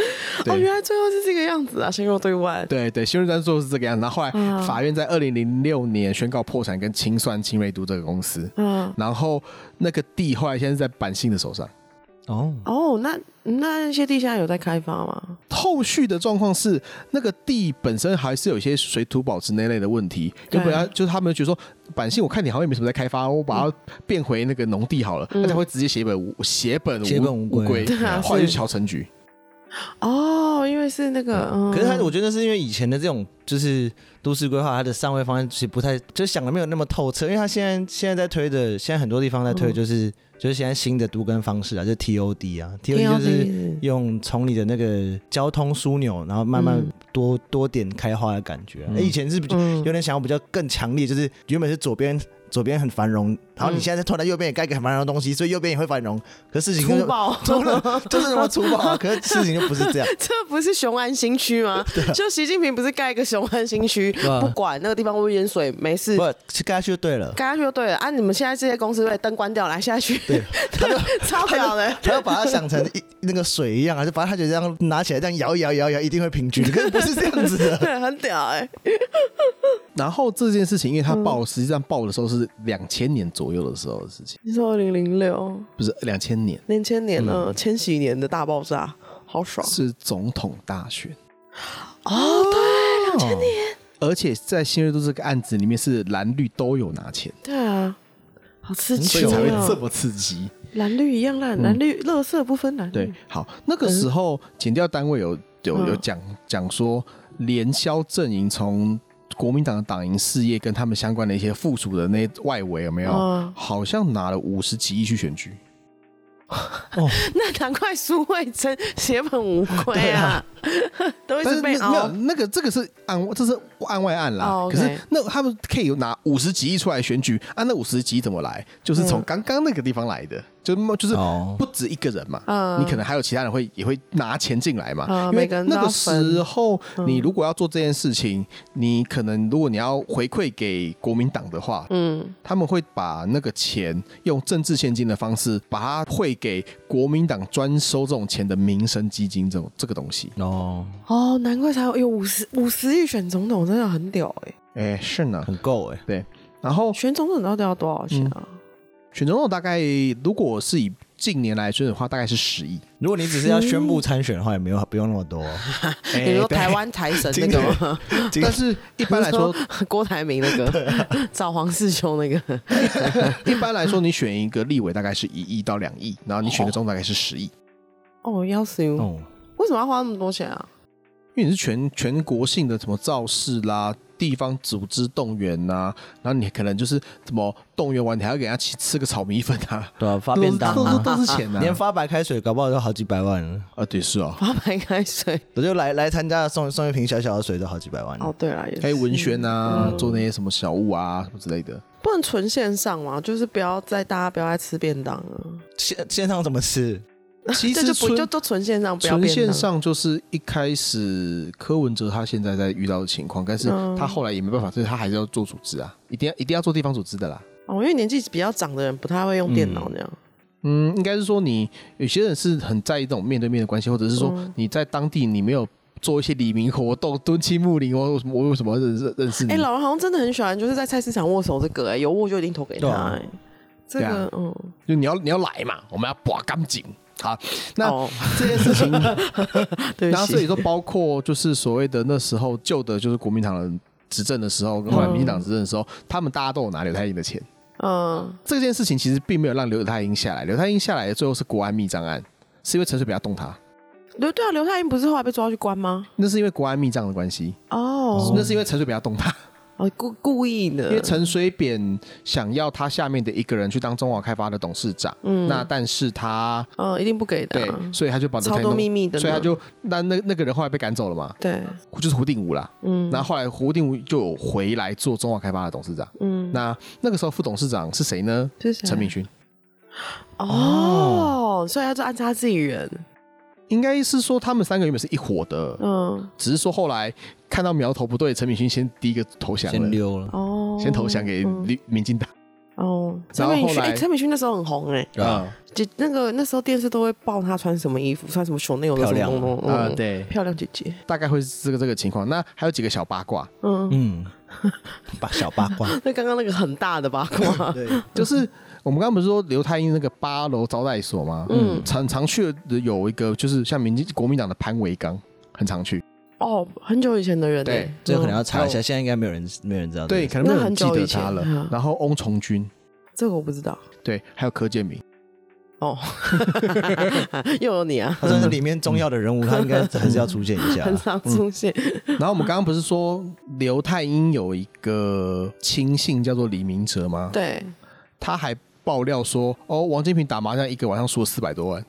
Speaker 3: 原
Speaker 2: 对
Speaker 3: 来最后是这个样子啊，先肉对外，
Speaker 2: 对对，新瑞丹最后是这个样子。然后后来
Speaker 3: 嗯
Speaker 2: 法院在二零零六年宣告破产跟清算清瑞都这个公司，
Speaker 3: 嗯，
Speaker 2: 然后那个地后来现在是在板信的手上。
Speaker 1: 哦，
Speaker 3: 哦，那那些地现在有在开发吗？
Speaker 2: 后续的状况是，那个地本身还是有一些水土保持那类的问题。
Speaker 3: 对
Speaker 2: 原本来就是他们觉得说，板信我看你好像也没什么在开发，我把它变回那个农地好了，
Speaker 3: 嗯
Speaker 2: 大家会直接写本无血本
Speaker 1: 血本
Speaker 2: 无
Speaker 1: 无归
Speaker 2: 归
Speaker 3: 对啊，
Speaker 2: 后来
Speaker 3: 是
Speaker 2: 就乔成局。
Speaker 3: 哦，因为是那个，嗯
Speaker 1: 可是他，我觉得那是因为以前的这种就是都市规划，它的上位方案其实不太，就想的没有那么透彻。因为他现在现在在推的，现在很多地方在推，
Speaker 3: 嗯
Speaker 1: 就是、就是现在新的都跟方式啊，就是 TOD 啊
Speaker 3: 挺
Speaker 1: ，TOD
Speaker 3: 有
Speaker 1: 就是
Speaker 3: 意思
Speaker 1: 用从你的那个交通枢纽，然后慢慢
Speaker 3: 嗯
Speaker 1: 多、多点开花的感觉啊、
Speaker 2: 嗯
Speaker 1: 诶以前是比较、
Speaker 3: 嗯
Speaker 1: 有点想要比较更强烈，就是原本是左边。左边很繁荣，然后你
Speaker 3: 嗯
Speaker 1: 现在突然右边也盖个很繁荣的东西，所以右边也会繁荣。可是事情
Speaker 3: 粗
Speaker 1: 就
Speaker 3: 暴，
Speaker 1: 除了就是什么粗暴啊， 可是事情就不是 这样。
Speaker 3: 这不是雄安新 区吗？
Speaker 2: 啊
Speaker 3: 就习近平不是盖一个雄安新区，
Speaker 1: 啊
Speaker 3: 不管那个地方污淹水，没事
Speaker 1: 不，去盖下去就对 了。
Speaker 3: 盖下去就对了啊！你们现在这些公司对灯关掉，来下去，
Speaker 1: 对，他 就
Speaker 3: 超屌的。
Speaker 1: 他要把它想成一那个水一样啊，就把它就这样拿起来，这样摇一摇摇一摇，一定会平 均。可是不是这样子的。
Speaker 3: 对，很屌哎、
Speaker 2: 然后这件事情，因为他
Speaker 3: 嗯
Speaker 2: 报实际上报的时候是两千年左右的时候的事情，
Speaker 3: 你说二零零六
Speaker 2: 不是两千年
Speaker 3: 年千年呢，
Speaker 2: 嗯
Speaker 3: 千禧年的大爆炸，好爽
Speaker 2: 是总统大选，
Speaker 3: 哦！对
Speaker 1: 两千年，
Speaker 2: 而且在新锐都这个案子里面是蓝绿都有拿钱，
Speaker 3: 对啊，好刺
Speaker 2: 所
Speaker 3: 激
Speaker 2: 以才会这
Speaker 3: 哦！
Speaker 2: 么刺激。
Speaker 3: 蓝绿一样烂，蓝绿乐色不分蓝绿。
Speaker 2: 对，好，那个时候减掉单位有有有
Speaker 3: 嗯
Speaker 2: 讲讲说，联销阵营从国民党的党营事业跟他们相关的一些附属的那些外围有没有，
Speaker 3: 嗯
Speaker 2: 好像拿了五十几亿去选举。
Speaker 3: 那难怪苏慧珍血本无归啊， 都
Speaker 2: 但
Speaker 3: 一直
Speaker 2: 是
Speaker 3: 被
Speaker 2: 那没有
Speaker 3: 凹。
Speaker 2: 那个这个是案这是案外案啦，
Speaker 3: 哦，OK
Speaker 2: 可是那他们可以有拿五十几亿出来选举啊，那五十几亿怎么来？就是从
Speaker 3: 嗯
Speaker 2: 刚刚那个地方来的，就就是
Speaker 1: 哦
Speaker 2: 不止一个人嘛，
Speaker 3: 嗯
Speaker 2: 你可能还有其他人会也会拿钱进来嘛，
Speaker 3: 嗯
Speaker 2: 因为
Speaker 3: 每个人都
Speaker 2: 那
Speaker 3: 要
Speaker 2: 个
Speaker 3: 分嗯
Speaker 2: 时候你如果要做这件事情，你可能如果你要回馈给国民党的话，
Speaker 3: 嗯，
Speaker 2: 他们会把那个钱用政治现金的方式，把它汇给国民党专收这种钱的民生基金这种这个东西。
Speaker 1: 哦，
Speaker 3: 哦，难怪才有有五十五十亿选总统，真的很屌哎、
Speaker 2: 哎、是呢。
Speaker 1: 很够哎、
Speaker 2: 对，然后
Speaker 3: 选总统到底要多少钱啊？
Speaker 2: 选总统大概如果是以近年来水准化大概是十亿。
Speaker 1: 如果你只是要宣布参选的话，也没有不用那么多。啊
Speaker 3: 比
Speaker 2: 你
Speaker 3: 如说台湾财神那
Speaker 1: 今
Speaker 3: 个
Speaker 1: 年
Speaker 3: 吗，
Speaker 1: 今
Speaker 2: 但是一般来说，
Speaker 3: 郭台铭那
Speaker 2: 啊
Speaker 3: 个，找黄世修那个，
Speaker 2: 一般来说，你选一个立委大概是一亿到两亿，然后你选个总统大概是十亿，
Speaker 3: 哦，要死！
Speaker 1: 哦，
Speaker 3: 为什么要花那么多钱啊？
Speaker 2: 因为你是全全国性的什么造势啦、地方组织动员呐、然后你可能就是什么动员完，你还要给人家吃吃个炒米粉啊，
Speaker 1: 对啊，发便当
Speaker 2: 都是
Speaker 1: 啊，
Speaker 2: 都是都是钱啊。
Speaker 1: 连发白开水搞不好都好几百万了。
Speaker 2: 啊，对，是哦。
Speaker 3: 八百开水。
Speaker 1: 我就来来参加送送一瓶小小的水都好几百万了。
Speaker 3: 哦，对了，也
Speaker 2: 还有
Speaker 3: 是
Speaker 2: 文宣啊，做那些什么小物啊什么之类的。
Speaker 3: 不能纯线上嘛，就是不要再大家不要再吃便当了，
Speaker 1: 线线上怎么吃？
Speaker 2: 其
Speaker 3: 这
Speaker 2: 实
Speaker 3: 就不
Speaker 2: 纯
Speaker 3: 就就纯线上不要
Speaker 2: 纯
Speaker 3: 便
Speaker 2: 线
Speaker 3: 当。
Speaker 2: 上就是一开始柯文哲他现在在遇到的情况，但是
Speaker 3: 嗯
Speaker 2: 他后来也没办法，所以他还是要做组织啊，一定要一定要做地方组织的啦。
Speaker 3: 哦，因为年纪比较长的人不太会用电脑这样。
Speaker 2: 嗯，应该是说你有些人是很在意这种面对面的关系，或者是
Speaker 3: 嗯
Speaker 2: 说你在当地你没有做一些黎明活动，蹲亲睦邻，我我为什么认识认识你
Speaker 3: 哎、？老人好像真的很喜欢，就是在菜市场握手这个、哎，有握就一定投给他、
Speaker 1: 对啊
Speaker 3: 哎，这
Speaker 2: 对
Speaker 3: 个
Speaker 2: 啊、
Speaker 3: 嗯，
Speaker 2: 就你要你要来嘛，我们要把干净。好，那
Speaker 3: 哦、
Speaker 2: 这件事 情
Speaker 3: 对
Speaker 2: 然
Speaker 3: 不
Speaker 2: 后这里
Speaker 3: 起，
Speaker 2: 都包括就是所谓的那时候旧的，就是国民党人执政的时候，跟后来民进党执政的时候，他们大家都有拿刘太英的钱。
Speaker 3: 嗯，
Speaker 2: 这件事情其实并没有让刘太英下来，刘太英下来的最后是国安密账案，是因为陈水扁要动他，
Speaker 3: 刘对啊，刘太英不是后来被抓去关吗？
Speaker 2: 那是因为国安密账的关系，
Speaker 3: 哦，
Speaker 2: 那是因为陈水扁要动他，
Speaker 3: 哦故故意的，
Speaker 2: 因为陈水扁想要他下面的一个人去当中华开发的董事长，
Speaker 3: 嗯
Speaker 2: 那但是他
Speaker 3: 嗯，一定不给的、
Speaker 2: 对
Speaker 3: 啊，，
Speaker 2: 所以他就把刘
Speaker 3: 超
Speaker 2: 太英
Speaker 3: 多
Speaker 2: 弄
Speaker 3: 秘密的呢，
Speaker 2: 所以他就那那那个人后来被赶走了嘛，
Speaker 3: 对，
Speaker 2: 就是胡定武啦。
Speaker 3: 嗯，
Speaker 2: 那后来胡定武就有回来做中华开发的董事长。
Speaker 3: 嗯，
Speaker 2: 那那个时候副董事长是谁呢？
Speaker 3: 是谁啊
Speaker 2: 陈炳勋，
Speaker 3: 哦，所以他就按他自己人，
Speaker 2: 应该是说他们三个原本是一伙的，
Speaker 3: 嗯，
Speaker 2: 只是说后来看到苗头不对，陈炳勋先第一个投降
Speaker 1: 先
Speaker 2: 了，
Speaker 1: 溜了。
Speaker 3: 哦，
Speaker 2: 先投降给
Speaker 3: 嗯
Speaker 2: 民民进党。
Speaker 3: 哦，陈
Speaker 2: 然后后
Speaker 3: 美勋，哎，
Speaker 2: 来
Speaker 3: 陈美勋那时候很红哎，
Speaker 1: 对啊，
Speaker 3: 姐那个那时候电视都会报她穿什么衣服，穿什么熊内有的
Speaker 1: 漂
Speaker 3: 什么
Speaker 1: 亮
Speaker 3: 东东，
Speaker 2: 啊
Speaker 3: 嗯，
Speaker 2: 对，
Speaker 3: 漂亮姐姐，
Speaker 2: 大概会是这个这个情况。那还有几个小八卦，
Speaker 3: 嗯，
Speaker 1: 嗯，八小八卦。
Speaker 3: 那刚刚那个很大的八 卦，
Speaker 1: 对，
Speaker 2: 就是我们刚刚不是说刘太英那个八楼招待所吗？
Speaker 3: 嗯
Speaker 2: 常常去的有一个就是像民进国民党的潘维刚，很常去。
Speaker 1: 嗯
Speaker 3: 哦，很久以前的人
Speaker 2: 对
Speaker 3: 哎，
Speaker 1: 这个可能
Speaker 3: 嗯
Speaker 1: 要查一下，现在应该没有人没有人知道。
Speaker 2: 对，，可能没有人记
Speaker 3: 那很久以
Speaker 2: 得
Speaker 3: 前
Speaker 2: 他了
Speaker 3: 嗯。
Speaker 2: 然后翁从军，
Speaker 3: 这个我不知道，
Speaker 2: 对，还有柯建明，
Speaker 3: 哦，又有你啊，
Speaker 1: 他算是里面重要的人 物，他应该还是要出现一下
Speaker 3: 很。少出现，
Speaker 2: 然后我们刚刚不是说刘太英有一个亲信叫做李明哲吗？
Speaker 3: 对，
Speaker 2: 他还爆料说，哦，王金平打麻将一个晚上输了四百多 万，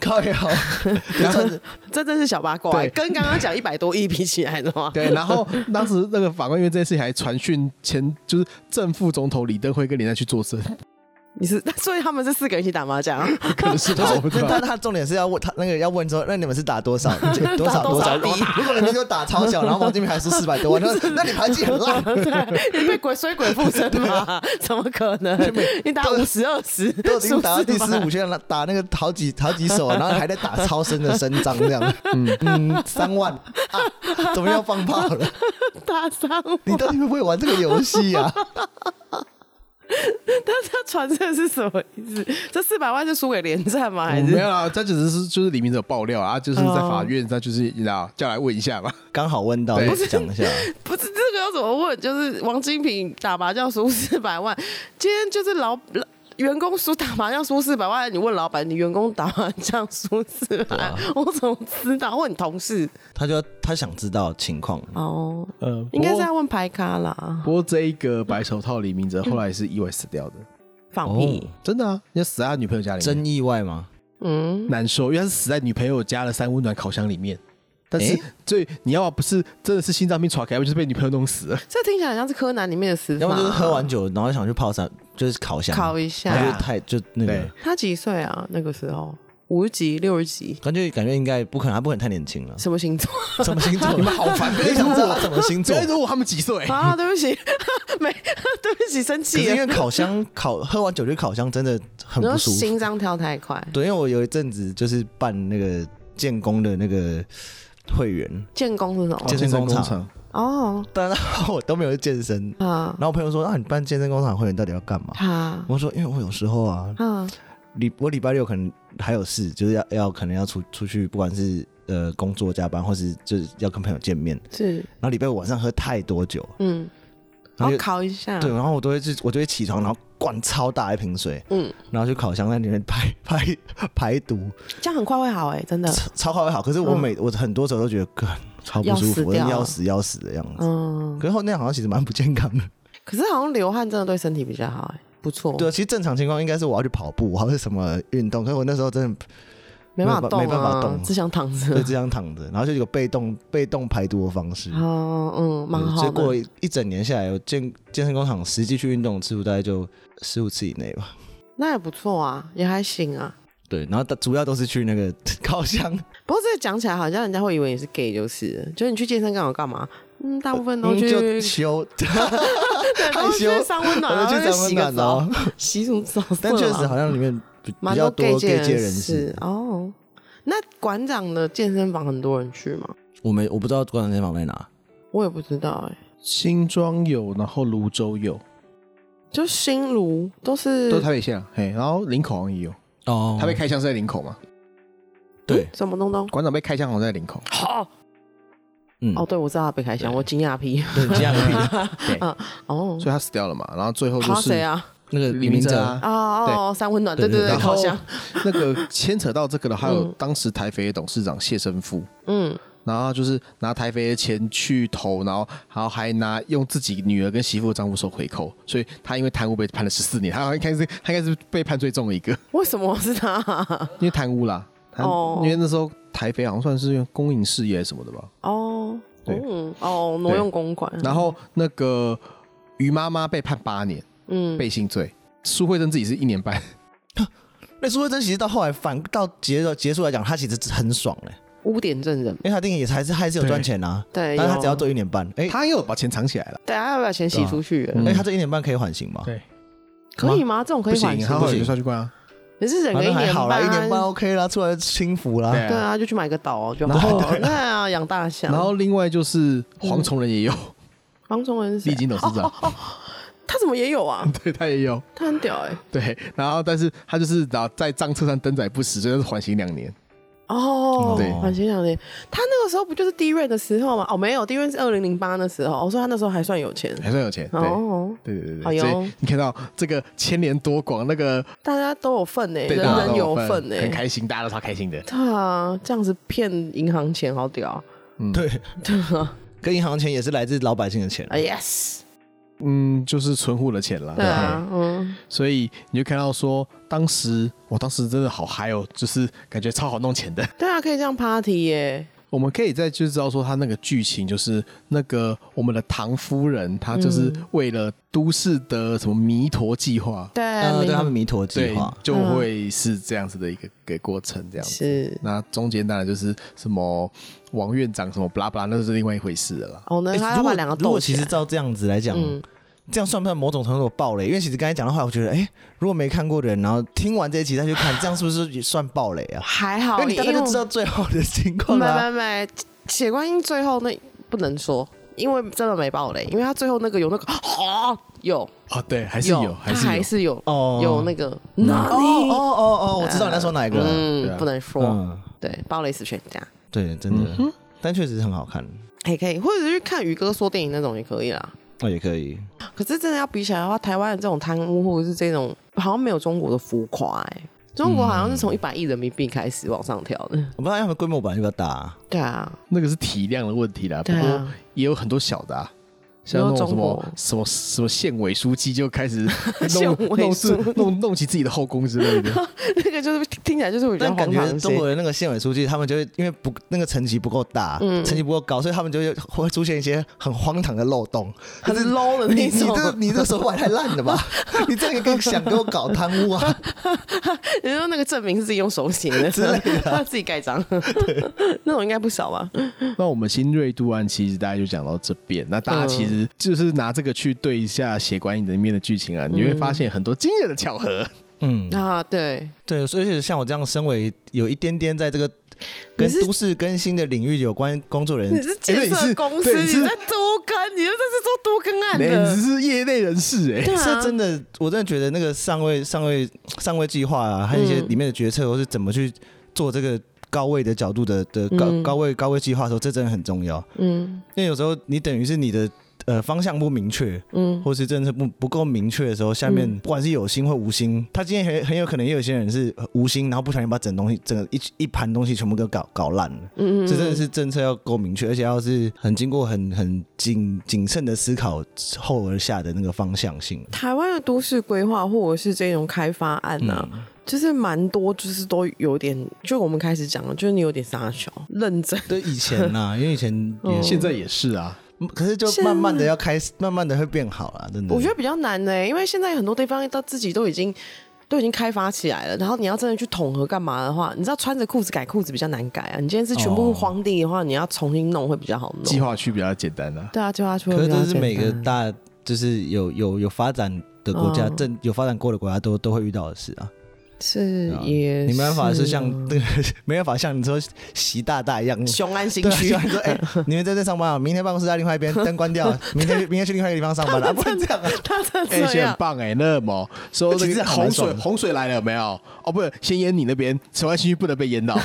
Speaker 1: 靠呀，
Speaker 2: 然后
Speaker 3: 这真是小八卦，欸
Speaker 2: 对
Speaker 3: 跟刚刚讲一百多亿比起来的话，
Speaker 2: 对，然后当时那个法官因为这件事情还传讯前就是正副总统李登辉跟林黛去作证，
Speaker 3: 你是，所以他们是四个人一起打麻将啊，
Speaker 2: 可能是吧，我 不知道
Speaker 1: 但。他重点是要问他那个要问说，那你们是打多 少多
Speaker 3: 打
Speaker 1: 少
Speaker 3: 多
Speaker 1: 多少？
Speaker 3: 少比
Speaker 1: 如果你们就打超小，然后王金平还输四百多万， 那那你牌技很烂。
Speaker 3: 对，你被鬼追鬼附身嘛？怎么可能？你打五十二十，
Speaker 1: 都已经打 到第
Speaker 3: 是不
Speaker 1: 四
Speaker 3: 是
Speaker 1: 五
Speaker 3: 嘛，
Speaker 1: 圈了，打那个好几好几手，啊然后还在打超声的声张这样。嗯嗯，三万啊，怎么要放炮了？
Speaker 3: 打伤我。
Speaker 1: 你到底会不会玩这个游戏啊？
Speaker 3: 但是他传这是什么意思？这四百万是输给连战吗？还
Speaker 2: 嗯没
Speaker 3: 是
Speaker 2: 有啊，他只是就是李明哲爆料啊，就是在法院上就是你知道叫来问一 下嘛。
Speaker 1: 刚好问到，
Speaker 2: 对
Speaker 1: 就讲一下。
Speaker 3: 不是这个要怎么问？就是王金平打麻将输四百万，今天就是老老员工输打麻将输四百万，你问老板，你员工打麻将输四百万，啊我怎么知道？问你同事
Speaker 1: 他就要他想知道情况，
Speaker 3: 哦，
Speaker 2: 呃，
Speaker 3: 应该是要问牌咖啦，
Speaker 2: 不过这一个白手套李明哲后来是意外死掉的，
Speaker 3: 放屁，
Speaker 2: 真的啊，人家死在他女朋友家
Speaker 1: 哦
Speaker 2: 里面，
Speaker 1: 真意外吗？
Speaker 3: 嗯。
Speaker 2: 难受，因为他是死在女朋友家的三温暖烤箱里面。但是
Speaker 1: 诶，
Speaker 2: 最你要不是真的是心脏病传开，要不就是被女朋友弄死了。
Speaker 3: 这听起来很像是柯南里面的死法。
Speaker 1: 要么就是喝完酒，然后想去泡山，就是烤箱，
Speaker 3: 烤一下
Speaker 1: 他就太就那个
Speaker 2: 对，
Speaker 3: 他几岁啊？那个时候五十几、六十几，。
Speaker 1: 感觉感觉应该不可能，他不可能太年轻了
Speaker 3: 什么 星座
Speaker 1: 什么星座？你们好 烦！你想知道他什么星座？
Speaker 2: 所以说我他们几岁？
Speaker 3: 啊？对不起， 没对不起，生
Speaker 1: 可是
Speaker 3: 气
Speaker 1: 因为
Speaker 3: 了。
Speaker 1: 烤箱烤喝完酒去烤箱真的很
Speaker 3: 然后
Speaker 1: 不舒服。
Speaker 3: 心脏跳太快，
Speaker 1: 对，因为我有一阵子就是办那个建工的那个会员，
Speaker 3: 建工是什么？
Speaker 1: 健身工厂
Speaker 3: 哦
Speaker 1: 但是 我都没有去健身。
Speaker 3: 啊
Speaker 1: 然后我朋友说：“啊，你办健身工厂会员到底要干嘛
Speaker 3: 啊？”
Speaker 1: 我说：“因为我有时候啊，
Speaker 3: 啊！
Speaker 1: 礼我礼拜六可能还有事，就是要要可能要出出去，不管是呃工作加班，或是就是要跟朋友见面。
Speaker 3: 是，
Speaker 1: 然后礼拜五晚上喝太多酒，
Speaker 3: 嗯，
Speaker 1: 然后
Speaker 3: 然后
Speaker 1: 就
Speaker 3: 烤一下，
Speaker 1: 对，然后我都会去，我就会起床，然后灌超大一瓶水，
Speaker 3: 嗯，
Speaker 1: 然后去烤箱那里面排排 排毒，
Speaker 3: 这样很快会好哎、 真的，
Speaker 1: 超超快会好。可是我
Speaker 3: 嗯
Speaker 1: 每、我很多时候都觉得，干超不
Speaker 3: 要
Speaker 1: 舒
Speaker 3: 死
Speaker 1: 服，真的
Speaker 3: 掉
Speaker 1: 要
Speaker 3: 了
Speaker 1: 死要死的样子。
Speaker 3: 嗯，
Speaker 1: 可是后那样好像其实蛮不健康的。
Speaker 3: 可是好像流汗真的对身体比较好哎、不错，
Speaker 1: 对，，其实正常情况应该是我要去跑步，或是什么运动。可是我那时候真的
Speaker 3: 没
Speaker 1: 没
Speaker 3: 办法
Speaker 1: 办
Speaker 3: 动
Speaker 1: 没
Speaker 3: 啊，
Speaker 1: 办法动
Speaker 3: 只想躺
Speaker 1: 就
Speaker 3: 着，
Speaker 1: 这样躺着，然后就有个被动被动排毒的方式。
Speaker 3: 哦，嗯，蛮
Speaker 1: 对
Speaker 3: 好
Speaker 1: 结果
Speaker 3: 的，
Speaker 1: 一一整年下来，我健健身工厂实际去运动的次数大概就十五次以内吧。
Speaker 3: 那也不错啊，也还行啊。
Speaker 1: 对，然后大主要都是去那个 烤箱，
Speaker 3: 不过这个讲起来，好像人家会以为你是 gay，就是了，就是你去健身干嘛干嘛？嗯，大部分都
Speaker 1: 嗯
Speaker 3: 去，啊
Speaker 1: 就 修，
Speaker 3: 对都
Speaker 1: 害
Speaker 3: 去
Speaker 1: 羞
Speaker 3: 上温暖，
Speaker 1: 我
Speaker 3: 啊然
Speaker 1: 就
Speaker 3: 后
Speaker 1: 去
Speaker 3: 就
Speaker 1: 找
Speaker 3: 洗
Speaker 1: 暖
Speaker 3: 个澡
Speaker 1: 哦，。
Speaker 3: 洗什么澡？
Speaker 1: 但确实
Speaker 3: 色狼
Speaker 1: 好像里面比比
Speaker 3: 蛮
Speaker 1: 较
Speaker 3: 多
Speaker 1: 多 gay
Speaker 3: 界
Speaker 1: 界人
Speaker 3: 士
Speaker 1: 士。
Speaker 3: 哦。那馆长的健身房很多人去吗？
Speaker 1: 我没我不知道馆长健身房在哪，
Speaker 3: 我也不知道哎、
Speaker 2: 新庄有，然后泸州有，
Speaker 3: 就新炉都是
Speaker 2: 都是台北县啊，嘿，然后林口好像也有，
Speaker 1: 哦
Speaker 2: 他被开枪是在林口嘛，
Speaker 1: 对，
Speaker 3: 什么东东？
Speaker 2: 馆长被开枪好像在林口，
Speaker 3: 好
Speaker 1: 嗯
Speaker 3: 哦，对，我知道他被开枪，我惊讶批。
Speaker 1: 对，这样
Speaker 3: 哦
Speaker 2: 所，以他死掉了嘛，然后最后就
Speaker 3: 他谁
Speaker 2: 是
Speaker 3: 啊？
Speaker 1: 那个
Speaker 2: 李明哲啊，
Speaker 3: 哦哦，三温暖，
Speaker 1: 对
Speaker 3: 对
Speaker 1: 对对
Speaker 3: 对对，
Speaker 2: 然后
Speaker 3: 烤箱。
Speaker 2: 那个牵扯到这个的，还有
Speaker 3: 嗯
Speaker 2: 当时台肥董事长谢生富，
Speaker 3: 嗯，
Speaker 2: 然后就是拿台肥的钱去投，然后然后还拿用自己女儿跟媳妇的账户收回扣，所以他因为贪污被判了十四年，他好像应该 是他应该是被判最重的一个，
Speaker 3: 为什么是他？
Speaker 2: 因为贪污啦，他
Speaker 3: 哦
Speaker 2: 因为那时候台肥好像算是公营事业还是什么的吧，
Speaker 3: 哦，
Speaker 2: 对
Speaker 3: 嗯，哦，挪用公款。
Speaker 2: 然后那个于妈妈被判八年
Speaker 3: 嗯，
Speaker 2: 背信罪，苏慧珍自己是一年半，
Speaker 1: 那苏慧珍其实到后来反到结结束来讲，她其实很爽嘞、
Speaker 3: 污点证人。
Speaker 1: 因为她定也是还是还是有赚钱啊，
Speaker 3: 对，
Speaker 1: 但是她
Speaker 3: 有
Speaker 1: 只要做一年半，哎、
Speaker 2: 她又把钱藏起来了，
Speaker 3: 对啊，要把钱洗出去了？
Speaker 2: 对啊
Speaker 1: 哎、
Speaker 2: 嗯
Speaker 1: 她这一年半可以缓刑吗？
Speaker 2: 对，
Speaker 3: 可以吗？这种可
Speaker 2: 不
Speaker 3: 以缓
Speaker 2: 行，
Speaker 3: 刑
Speaker 2: 她
Speaker 1: 不
Speaker 2: 后来
Speaker 1: 行
Speaker 2: 就算去关啊。
Speaker 3: 你是忍
Speaker 1: 反
Speaker 3: 个
Speaker 1: 正还
Speaker 3: 年
Speaker 1: 好啦，
Speaker 3: 半，
Speaker 1: 一年半 OK 啦，出来轻浮啦。
Speaker 3: 对啊，就去买个岛哦就
Speaker 2: 然
Speaker 3: 好
Speaker 2: 后
Speaker 3: 了。对嗯啊，养大象。
Speaker 2: 然后另外就是黄崇仁也有，
Speaker 3: 黄崇文是谁
Speaker 2: 立金董事长，
Speaker 3: 他怎么也有啊？
Speaker 2: 对他也有，
Speaker 3: 他很屌哎。
Speaker 2: 对。然后但是他就是然后在账册上登载不实，所以他是缓刑两年。
Speaker 3: 哦，
Speaker 1: 对
Speaker 3: 缓刑两年，他那个时候不就是低瑞的时候吗？哦，没有，低瑞是二零零八的时候，我说他那时候还算有钱。
Speaker 2: 还算有钱，对。
Speaker 3: 哦，
Speaker 2: 对对对
Speaker 3: 哎
Speaker 2: 对，
Speaker 3: 呦
Speaker 2: 所以你看到这个牵连多广，那个
Speaker 3: 大家都有份呢，
Speaker 2: 对
Speaker 3: 人
Speaker 2: 大家都
Speaker 3: 人有
Speaker 2: 份
Speaker 3: 份呢。欸
Speaker 2: 很开心，大家都超开心的。
Speaker 3: 对啊，这样子骗银行钱，好屌啊！
Speaker 1: 对，跟银行钱也是来自老百姓的钱。
Speaker 3: 啊，yes，
Speaker 2: 嗯，就是存户的钱啦。
Speaker 3: 对啊，嗯，
Speaker 2: 所以你就看到说，当时我当时真的好嗨哦，就是感觉超好弄钱的。
Speaker 3: 对啊，可以这样 party 耶，
Speaker 2: 我们可以再就知道说，他那个剧情就是那个我们的唐夫人，她就是
Speaker 3: 嗯
Speaker 2: 为了都市的什么弥陀计划，
Speaker 3: 对，啊
Speaker 1: 呃，
Speaker 3: 没
Speaker 1: 对他们弥陀计
Speaker 2: 对
Speaker 1: 划，，
Speaker 2: 就会是这样子的一个个过程，这样子。
Speaker 3: 嗯是
Speaker 2: 那中间当然就是什么王院长什么巴拉巴拉，那是另外一回事了啦。
Speaker 3: 哦，那
Speaker 1: 诶
Speaker 3: 他
Speaker 1: 哎如
Speaker 3: 要
Speaker 1: 果
Speaker 3: 把两个
Speaker 1: 如
Speaker 3: 斗
Speaker 1: 果
Speaker 3: 起
Speaker 1: 其
Speaker 3: 来
Speaker 1: 实，照这样子来讲，
Speaker 3: 嗯，
Speaker 1: 这样算不算某种程度的暴雷？因为其实刚才讲的话，我觉得，哎、如果没看过的人，然后听完这一集再去看，这样是不是也算暴雷啊？
Speaker 3: 还好，
Speaker 1: 因为你大概就知道最后的情
Speaker 3: 因
Speaker 1: 况
Speaker 3: 为
Speaker 1: 啦、
Speaker 3: 没没没，血观音最后那不能说，因为真的没爆雷，因为他最后那个有那个哦，有
Speaker 2: 哦，对，还是有，还
Speaker 3: 他
Speaker 2: 是有
Speaker 3: 还。是有
Speaker 1: 哦，
Speaker 3: 有那个
Speaker 1: 哦
Speaker 3: 哪
Speaker 1: 哦
Speaker 3: 里，
Speaker 1: 哦哦，我知道你在说哪一个了。
Speaker 2: 对啊
Speaker 3: 嗯，不能说，
Speaker 1: 嗯，
Speaker 3: 对，爆雷死全家。
Speaker 1: 对，真的，但确实很好看，
Speaker 3: 也可以，或者是去看宇哥说电影那种也可以啦。
Speaker 1: 哦，也可以。
Speaker 3: 可是真的要比起来的话，台湾的这种贪污或者是这种，好像没有中国的浮夸哎、中国好像是从一百亿人民币开始往上调的。
Speaker 1: 我不知道他们规模本来就比较大啊、
Speaker 3: 对啊，
Speaker 2: 那个是体量的问题啦，不
Speaker 3: 对
Speaker 2: 过
Speaker 3: 啊，
Speaker 2: 也有很多小的、啊，像那种什
Speaker 3: 中
Speaker 2: 么
Speaker 3: 国
Speaker 2: 什么什么县委书记就开始弄
Speaker 3: 县委
Speaker 2: 弄
Speaker 3: 书
Speaker 2: 自弄弄起自己的后宫之类 的，
Speaker 3: 那个就是听起来就是比较
Speaker 1: 但感
Speaker 3: 荒唐
Speaker 1: 觉
Speaker 3: 一些
Speaker 1: 中国的那个县委书记，他们就会因为不那个层级不够大，
Speaker 3: 嗯
Speaker 1: 层级不够高，所以他们就会会出现一些很荒唐的漏洞。
Speaker 3: 很 low 的
Speaker 1: 你
Speaker 3: 那
Speaker 1: 你这
Speaker 3: 种。
Speaker 1: 你这手法也太烂了吧！ 你这样也跟想给我搞贪污啊？
Speaker 3: 你呃说那个证明是自己用手写的之类的， 他自己盖章， 那种应该不少吧？
Speaker 2: 那我们新锐度案其实大家就讲到这边，那大家其
Speaker 3: 嗯
Speaker 2: 实就是拿这个去对一下《血观音》里面的剧情啊，你会
Speaker 3: 嗯
Speaker 2: 发现很多惊人的巧合。
Speaker 1: 嗯，
Speaker 3: 啊，对，
Speaker 1: 对，所以像我这样，身为有一点点在这个跟
Speaker 3: 你是
Speaker 1: 都市更新的领域有关工作人
Speaker 3: 你
Speaker 1: 员
Speaker 3: 是建设公司，
Speaker 2: 对你
Speaker 3: 你
Speaker 2: 是
Speaker 3: 在都更，你这是做都更案
Speaker 2: 哎
Speaker 3: 的
Speaker 2: 你，是业内人士哎、
Speaker 3: 对啊
Speaker 1: 这，真的，我真的觉得那个上位、上位、上位计划啊，还有一些
Speaker 3: 嗯
Speaker 1: 里面的决策，或是怎么去做这个高位的角度的的高、
Speaker 3: 嗯
Speaker 1: 高位高位计划的时候，这真的很重要。
Speaker 3: 嗯
Speaker 1: 因为有时候你等于是你的呃方向不明确，
Speaker 3: 嗯
Speaker 1: 或是政策不不够明确的时候，下面
Speaker 3: 嗯
Speaker 1: 不管是有心或无心，他今天很很有可能也有些人是呃无心，然后不小心把整东西整个一一盘东西全部都搞搞烂了。
Speaker 3: 嗯嗯，
Speaker 1: 这真的是政策要够明确，而且要是很经过很很谨谨慎的思考后而下的那个方向性。
Speaker 3: 台湾的都市规划或者是这种开发案啊，就是蛮多，就是都有点，就我们开始讲了，就是你有点傻小，认真。
Speaker 1: 对以前呐、因为以前 也
Speaker 3: 嗯
Speaker 1: 是
Speaker 2: 现在也是啊，
Speaker 1: 嗯可是就慢慢的要开始，慢慢的会变好啦，真的。
Speaker 3: 我觉得比较难呢、因为现在很多地方到自己都已经都已经开发起来了，然后你要真的去统合干嘛的话，你知道穿着裤子改裤子比较难改啊。你今天是全部
Speaker 1: 哦
Speaker 3: 荒地的话，你要重新弄会比较好弄。
Speaker 2: 计划区比较简单啊。
Speaker 3: 对啊，计划出
Speaker 1: 可是这是每个大就是有有有发展的国家，
Speaker 3: 嗯
Speaker 1: 正有发展过的国家都都会遇到的事啊。
Speaker 3: 是
Speaker 1: 对啊
Speaker 3: 也
Speaker 1: 你没办法是
Speaker 3: 是
Speaker 1: 像
Speaker 3: 啊
Speaker 1: 那个，没办法像你说习大大一 样。
Speaker 3: 雄安新
Speaker 1: 对啊，
Speaker 3: 区
Speaker 1: 就，像你说，哎、 你们在这上班啊？明天办公室在另外一边，灯关掉，明天明天去另外一个地方上班 了、啊，不能这样啊！
Speaker 3: 他真
Speaker 2: 哎、
Speaker 3: 的
Speaker 2: 现在
Speaker 3: 这
Speaker 2: 很
Speaker 3: 样。
Speaker 2: 棒哎、那么说
Speaker 1: 其
Speaker 2: 这
Speaker 1: 实
Speaker 2: 个
Speaker 1: 还蛮
Speaker 2: 洪
Speaker 1: 爽
Speaker 2: 水
Speaker 1: 的
Speaker 2: 洪水来了有没有？哦，不是，先淹你那边，城外新区不能被淹到。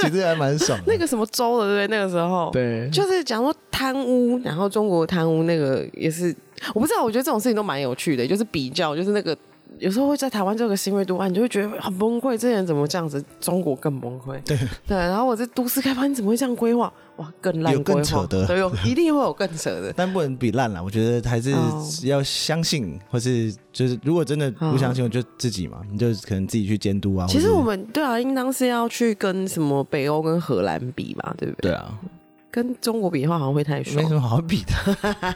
Speaker 1: 其实还蛮爽的。
Speaker 3: 那个什么州的，对不对？那个时候，
Speaker 2: 对，
Speaker 3: 就是讲说贪污，然后中国贪污那个也是，我不知道，我觉得这种事情都蛮有趣的，就是比较，就是那个有时候会在台湾这个新锐都啊案，你就会觉得很崩溃，这些人怎么这样子？中国更崩溃，
Speaker 1: 对
Speaker 3: 对。然后我这都市开发，你怎么会这样规划？哇，更烂
Speaker 1: 有更
Speaker 3: 规
Speaker 1: 扯
Speaker 3: 划，
Speaker 1: 的
Speaker 3: 对，有一定会有更扯的。
Speaker 1: 但不能比烂了，我觉得还是
Speaker 3: 哦
Speaker 1: 要相信，或是就是如果真的不相信，我就自己嘛，你就可能自己去监督啊。
Speaker 3: 其实
Speaker 1: 或是
Speaker 3: 我们对啊，应当是要去跟什么北欧跟荷兰比吧，对不
Speaker 1: 对
Speaker 3: 对？
Speaker 1: 啊，
Speaker 3: 跟中国比的话，好像会太
Speaker 1: 没
Speaker 3: 爽
Speaker 1: 什。么好比的。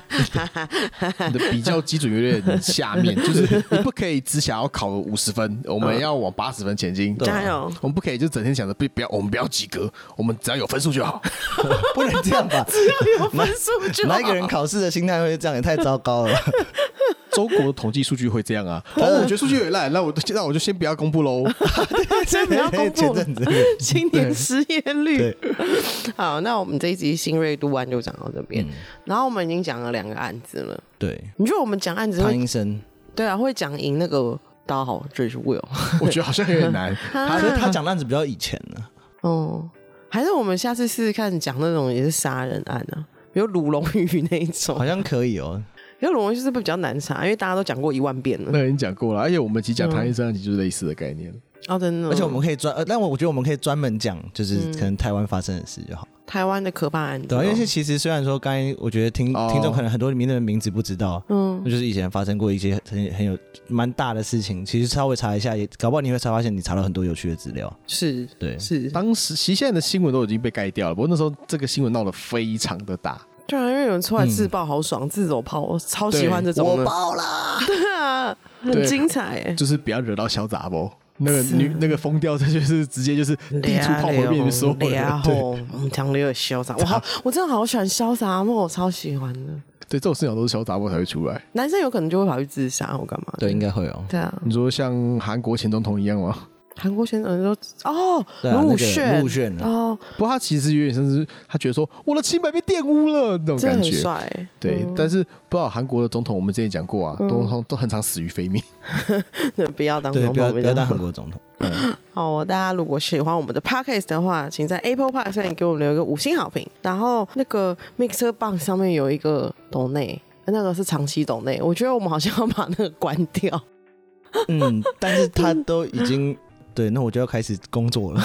Speaker 2: 你的比较基准有点下 面，就是你不可以只想要考五十分，我们要往八十分前进。
Speaker 1: 对啊
Speaker 3: 嗯加油！
Speaker 2: 我们不可以就整天想着不不要，我们不要及格，我们只要有分数就好。
Speaker 1: 不能这样 吧？
Speaker 3: 有分数就好
Speaker 1: 哪一个人考试的心态会这样？也太糟糕 了吧。
Speaker 2: 中国的统计数据会这样啊，哦，我觉得数据有点烂，那我就那我就先不要公 布喽。
Speaker 3: 真的要公
Speaker 1: 前
Speaker 3: 布
Speaker 1: 阵子
Speaker 3: 青年失业率
Speaker 1: 对。
Speaker 3: 好，那我们这一集新锐度案就讲到这
Speaker 1: 嗯
Speaker 3: 边，然后我们已经讲了两个案子了。
Speaker 1: 对
Speaker 3: 你觉得我们讲案子
Speaker 1: 唐
Speaker 3: 会
Speaker 1: 医生，
Speaker 3: 对啊，会讲赢那个？大家好，这里是 Will。
Speaker 2: 我觉得好像有点难。
Speaker 1: 他他讲的案子比较以前了，
Speaker 3: 哦，还是我们下次试试看讲那种也是杀人案啊，比如鲁龙鱼那一种
Speaker 1: 好。像可以哦。
Speaker 3: 因为鲁龙鱼是不是比较难杀？因为大家都讲过一万 遍了。
Speaker 2: 那已经讲过了，而且我们其实讲唐医生
Speaker 3: 嗯
Speaker 2: 那集就是类似的概念。
Speaker 3: 哦，真的。
Speaker 1: 而且我们可以专，呃但我我觉得我们可以专门讲，就是
Speaker 3: 嗯
Speaker 1: 可能台湾发生的事就好。
Speaker 3: 台湾的可怕案子
Speaker 1: 对
Speaker 3: 哦，
Speaker 1: 啊，因为其实虽然说刚才我觉得听
Speaker 2: 哦
Speaker 1: 听众可能很多名人的名字不知道，
Speaker 3: 嗯
Speaker 1: 那就是以前发生过一些很很有蛮大的事情，其实稍微查一下也，搞不好你会才发现你查到很多有趣的资料。
Speaker 3: 是
Speaker 1: 对，
Speaker 3: 是，
Speaker 2: 当时其实现在的新闻都已经被盖掉了，不过那时候这个新闻闹得非常的大。
Speaker 3: 对啊，因为有人出来自爆好爽，自走炮，我超喜欢这种的。
Speaker 2: 我爆啦！
Speaker 3: 对啊， 很
Speaker 2: 对
Speaker 3: 精彩哎。
Speaker 2: 就是不要惹到小杂包。那个女那个疯掉，这就是直接 就是递
Speaker 3: 啊
Speaker 2: 出炮火面
Speaker 3: 哦
Speaker 2: 前说，
Speaker 3: 然
Speaker 2: 对
Speaker 3: 后啊哦我们讲的有点潇洒，我好，我真的好喜欢潇洒梦，我超喜欢的。
Speaker 2: 对，这种事情都是小杂包才会出来。
Speaker 3: 男生有可能就会跑去自杀或干嘛的？
Speaker 1: 对，应该会哦。
Speaker 3: 对啊，
Speaker 2: 你说像韩国前总统一样吗？
Speaker 3: 韩国先生说哦，
Speaker 1: 对啊，
Speaker 3: 卢
Speaker 1: 那
Speaker 3: 武
Speaker 1: 个
Speaker 3: 铉
Speaker 1: 陆炫啊，
Speaker 3: 哦，
Speaker 2: 不过他其实有点像是他觉得说我的清白被玷污了那种
Speaker 3: 真的
Speaker 2: 感
Speaker 3: 很
Speaker 2: 觉。
Speaker 3: 帅欸。
Speaker 2: 对，但是不知道韩国的总统，我们之前讲过啊，
Speaker 3: 嗯
Speaker 2: 都都很常死于非命。
Speaker 3: 对， 不要当
Speaker 1: 对，
Speaker 3: 总
Speaker 1: 不要
Speaker 3: 统，
Speaker 1: 不要当韩国总统。
Speaker 3: 好哦，大家如果喜欢我们的 podcast 的话，请在 Apple Park 上面给我们留一个五星好评。然后那个 Mixer Box 上面有一个抖内，那个是长期抖内，我觉得我们好像要把那个关掉。
Speaker 1: 嗯，但是他都已 经对，那我就要开始工作了。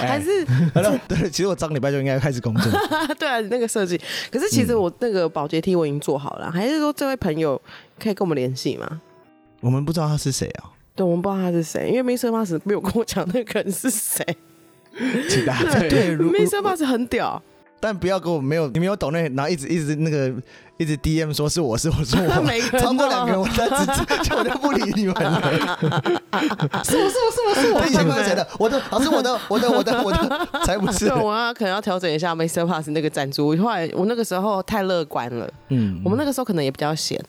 Speaker 1: 哎
Speaker 3: 还是
Speaker 1: 好了，对，其实我上礼拜就应该开始工作。
Speaker 3: 对啊，你那个设计，可是其
Speaker 1: 嗯
Speaker 3: 实我那个保洁梯我已经做好了，啊还是说这位朋友可以跟我们联系吗？
Speaker 1: 我们不知道他是谁啊？
Speaker 3: 对，我们不知道他是谁，因为 Mr. m a s 没有跟我讲那个人是谁。
Speaker 2: 请大 家
Speaker 1: 对，如
Speaker 3: Mr. m a s 很屌，
Speaker 1: 但不要给我没有你没有懂那，然后一直一直那个一直 DM 说是我是我是 我，
Speaker 3: 每个人
Speaker 1: 超过
Speaker 3: 都
Speaker 1: 两个人我再 直就我就不理你们 了。
Speaker 3: 是我是我是我是我，
Speaker 1: 我以前怪谁的？我的老师我的我的我的我的才不是
Speaker 3: 对，。我要可能要调整一下 Mr. Pass 那个赞助。后来我那个时候太乐观了，
Speaker 1: 嗯
Speaker 3: 我们那个时候可能也比较闲。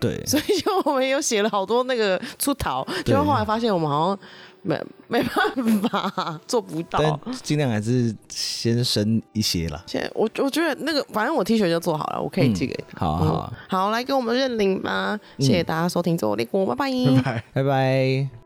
Speaker 1: 对，
Speaker 3: 所以就我们有写了好多那个出逃，结果后来发现我们好像没没办法做不 到。
Speaker 1: 但尽量还是先深一些啦。
Speaker 3: 现在我我觉得那个，反正我 T 恤就做好了，我可以寄给你。嗯
Speaker 1: 好啊好啊，
Speaker 3: 好，来给我们认领吧！谢谢大家收听《做我立国》，拜 拜。
Speaker 2: 拜。
Speaker 1: 拜拜。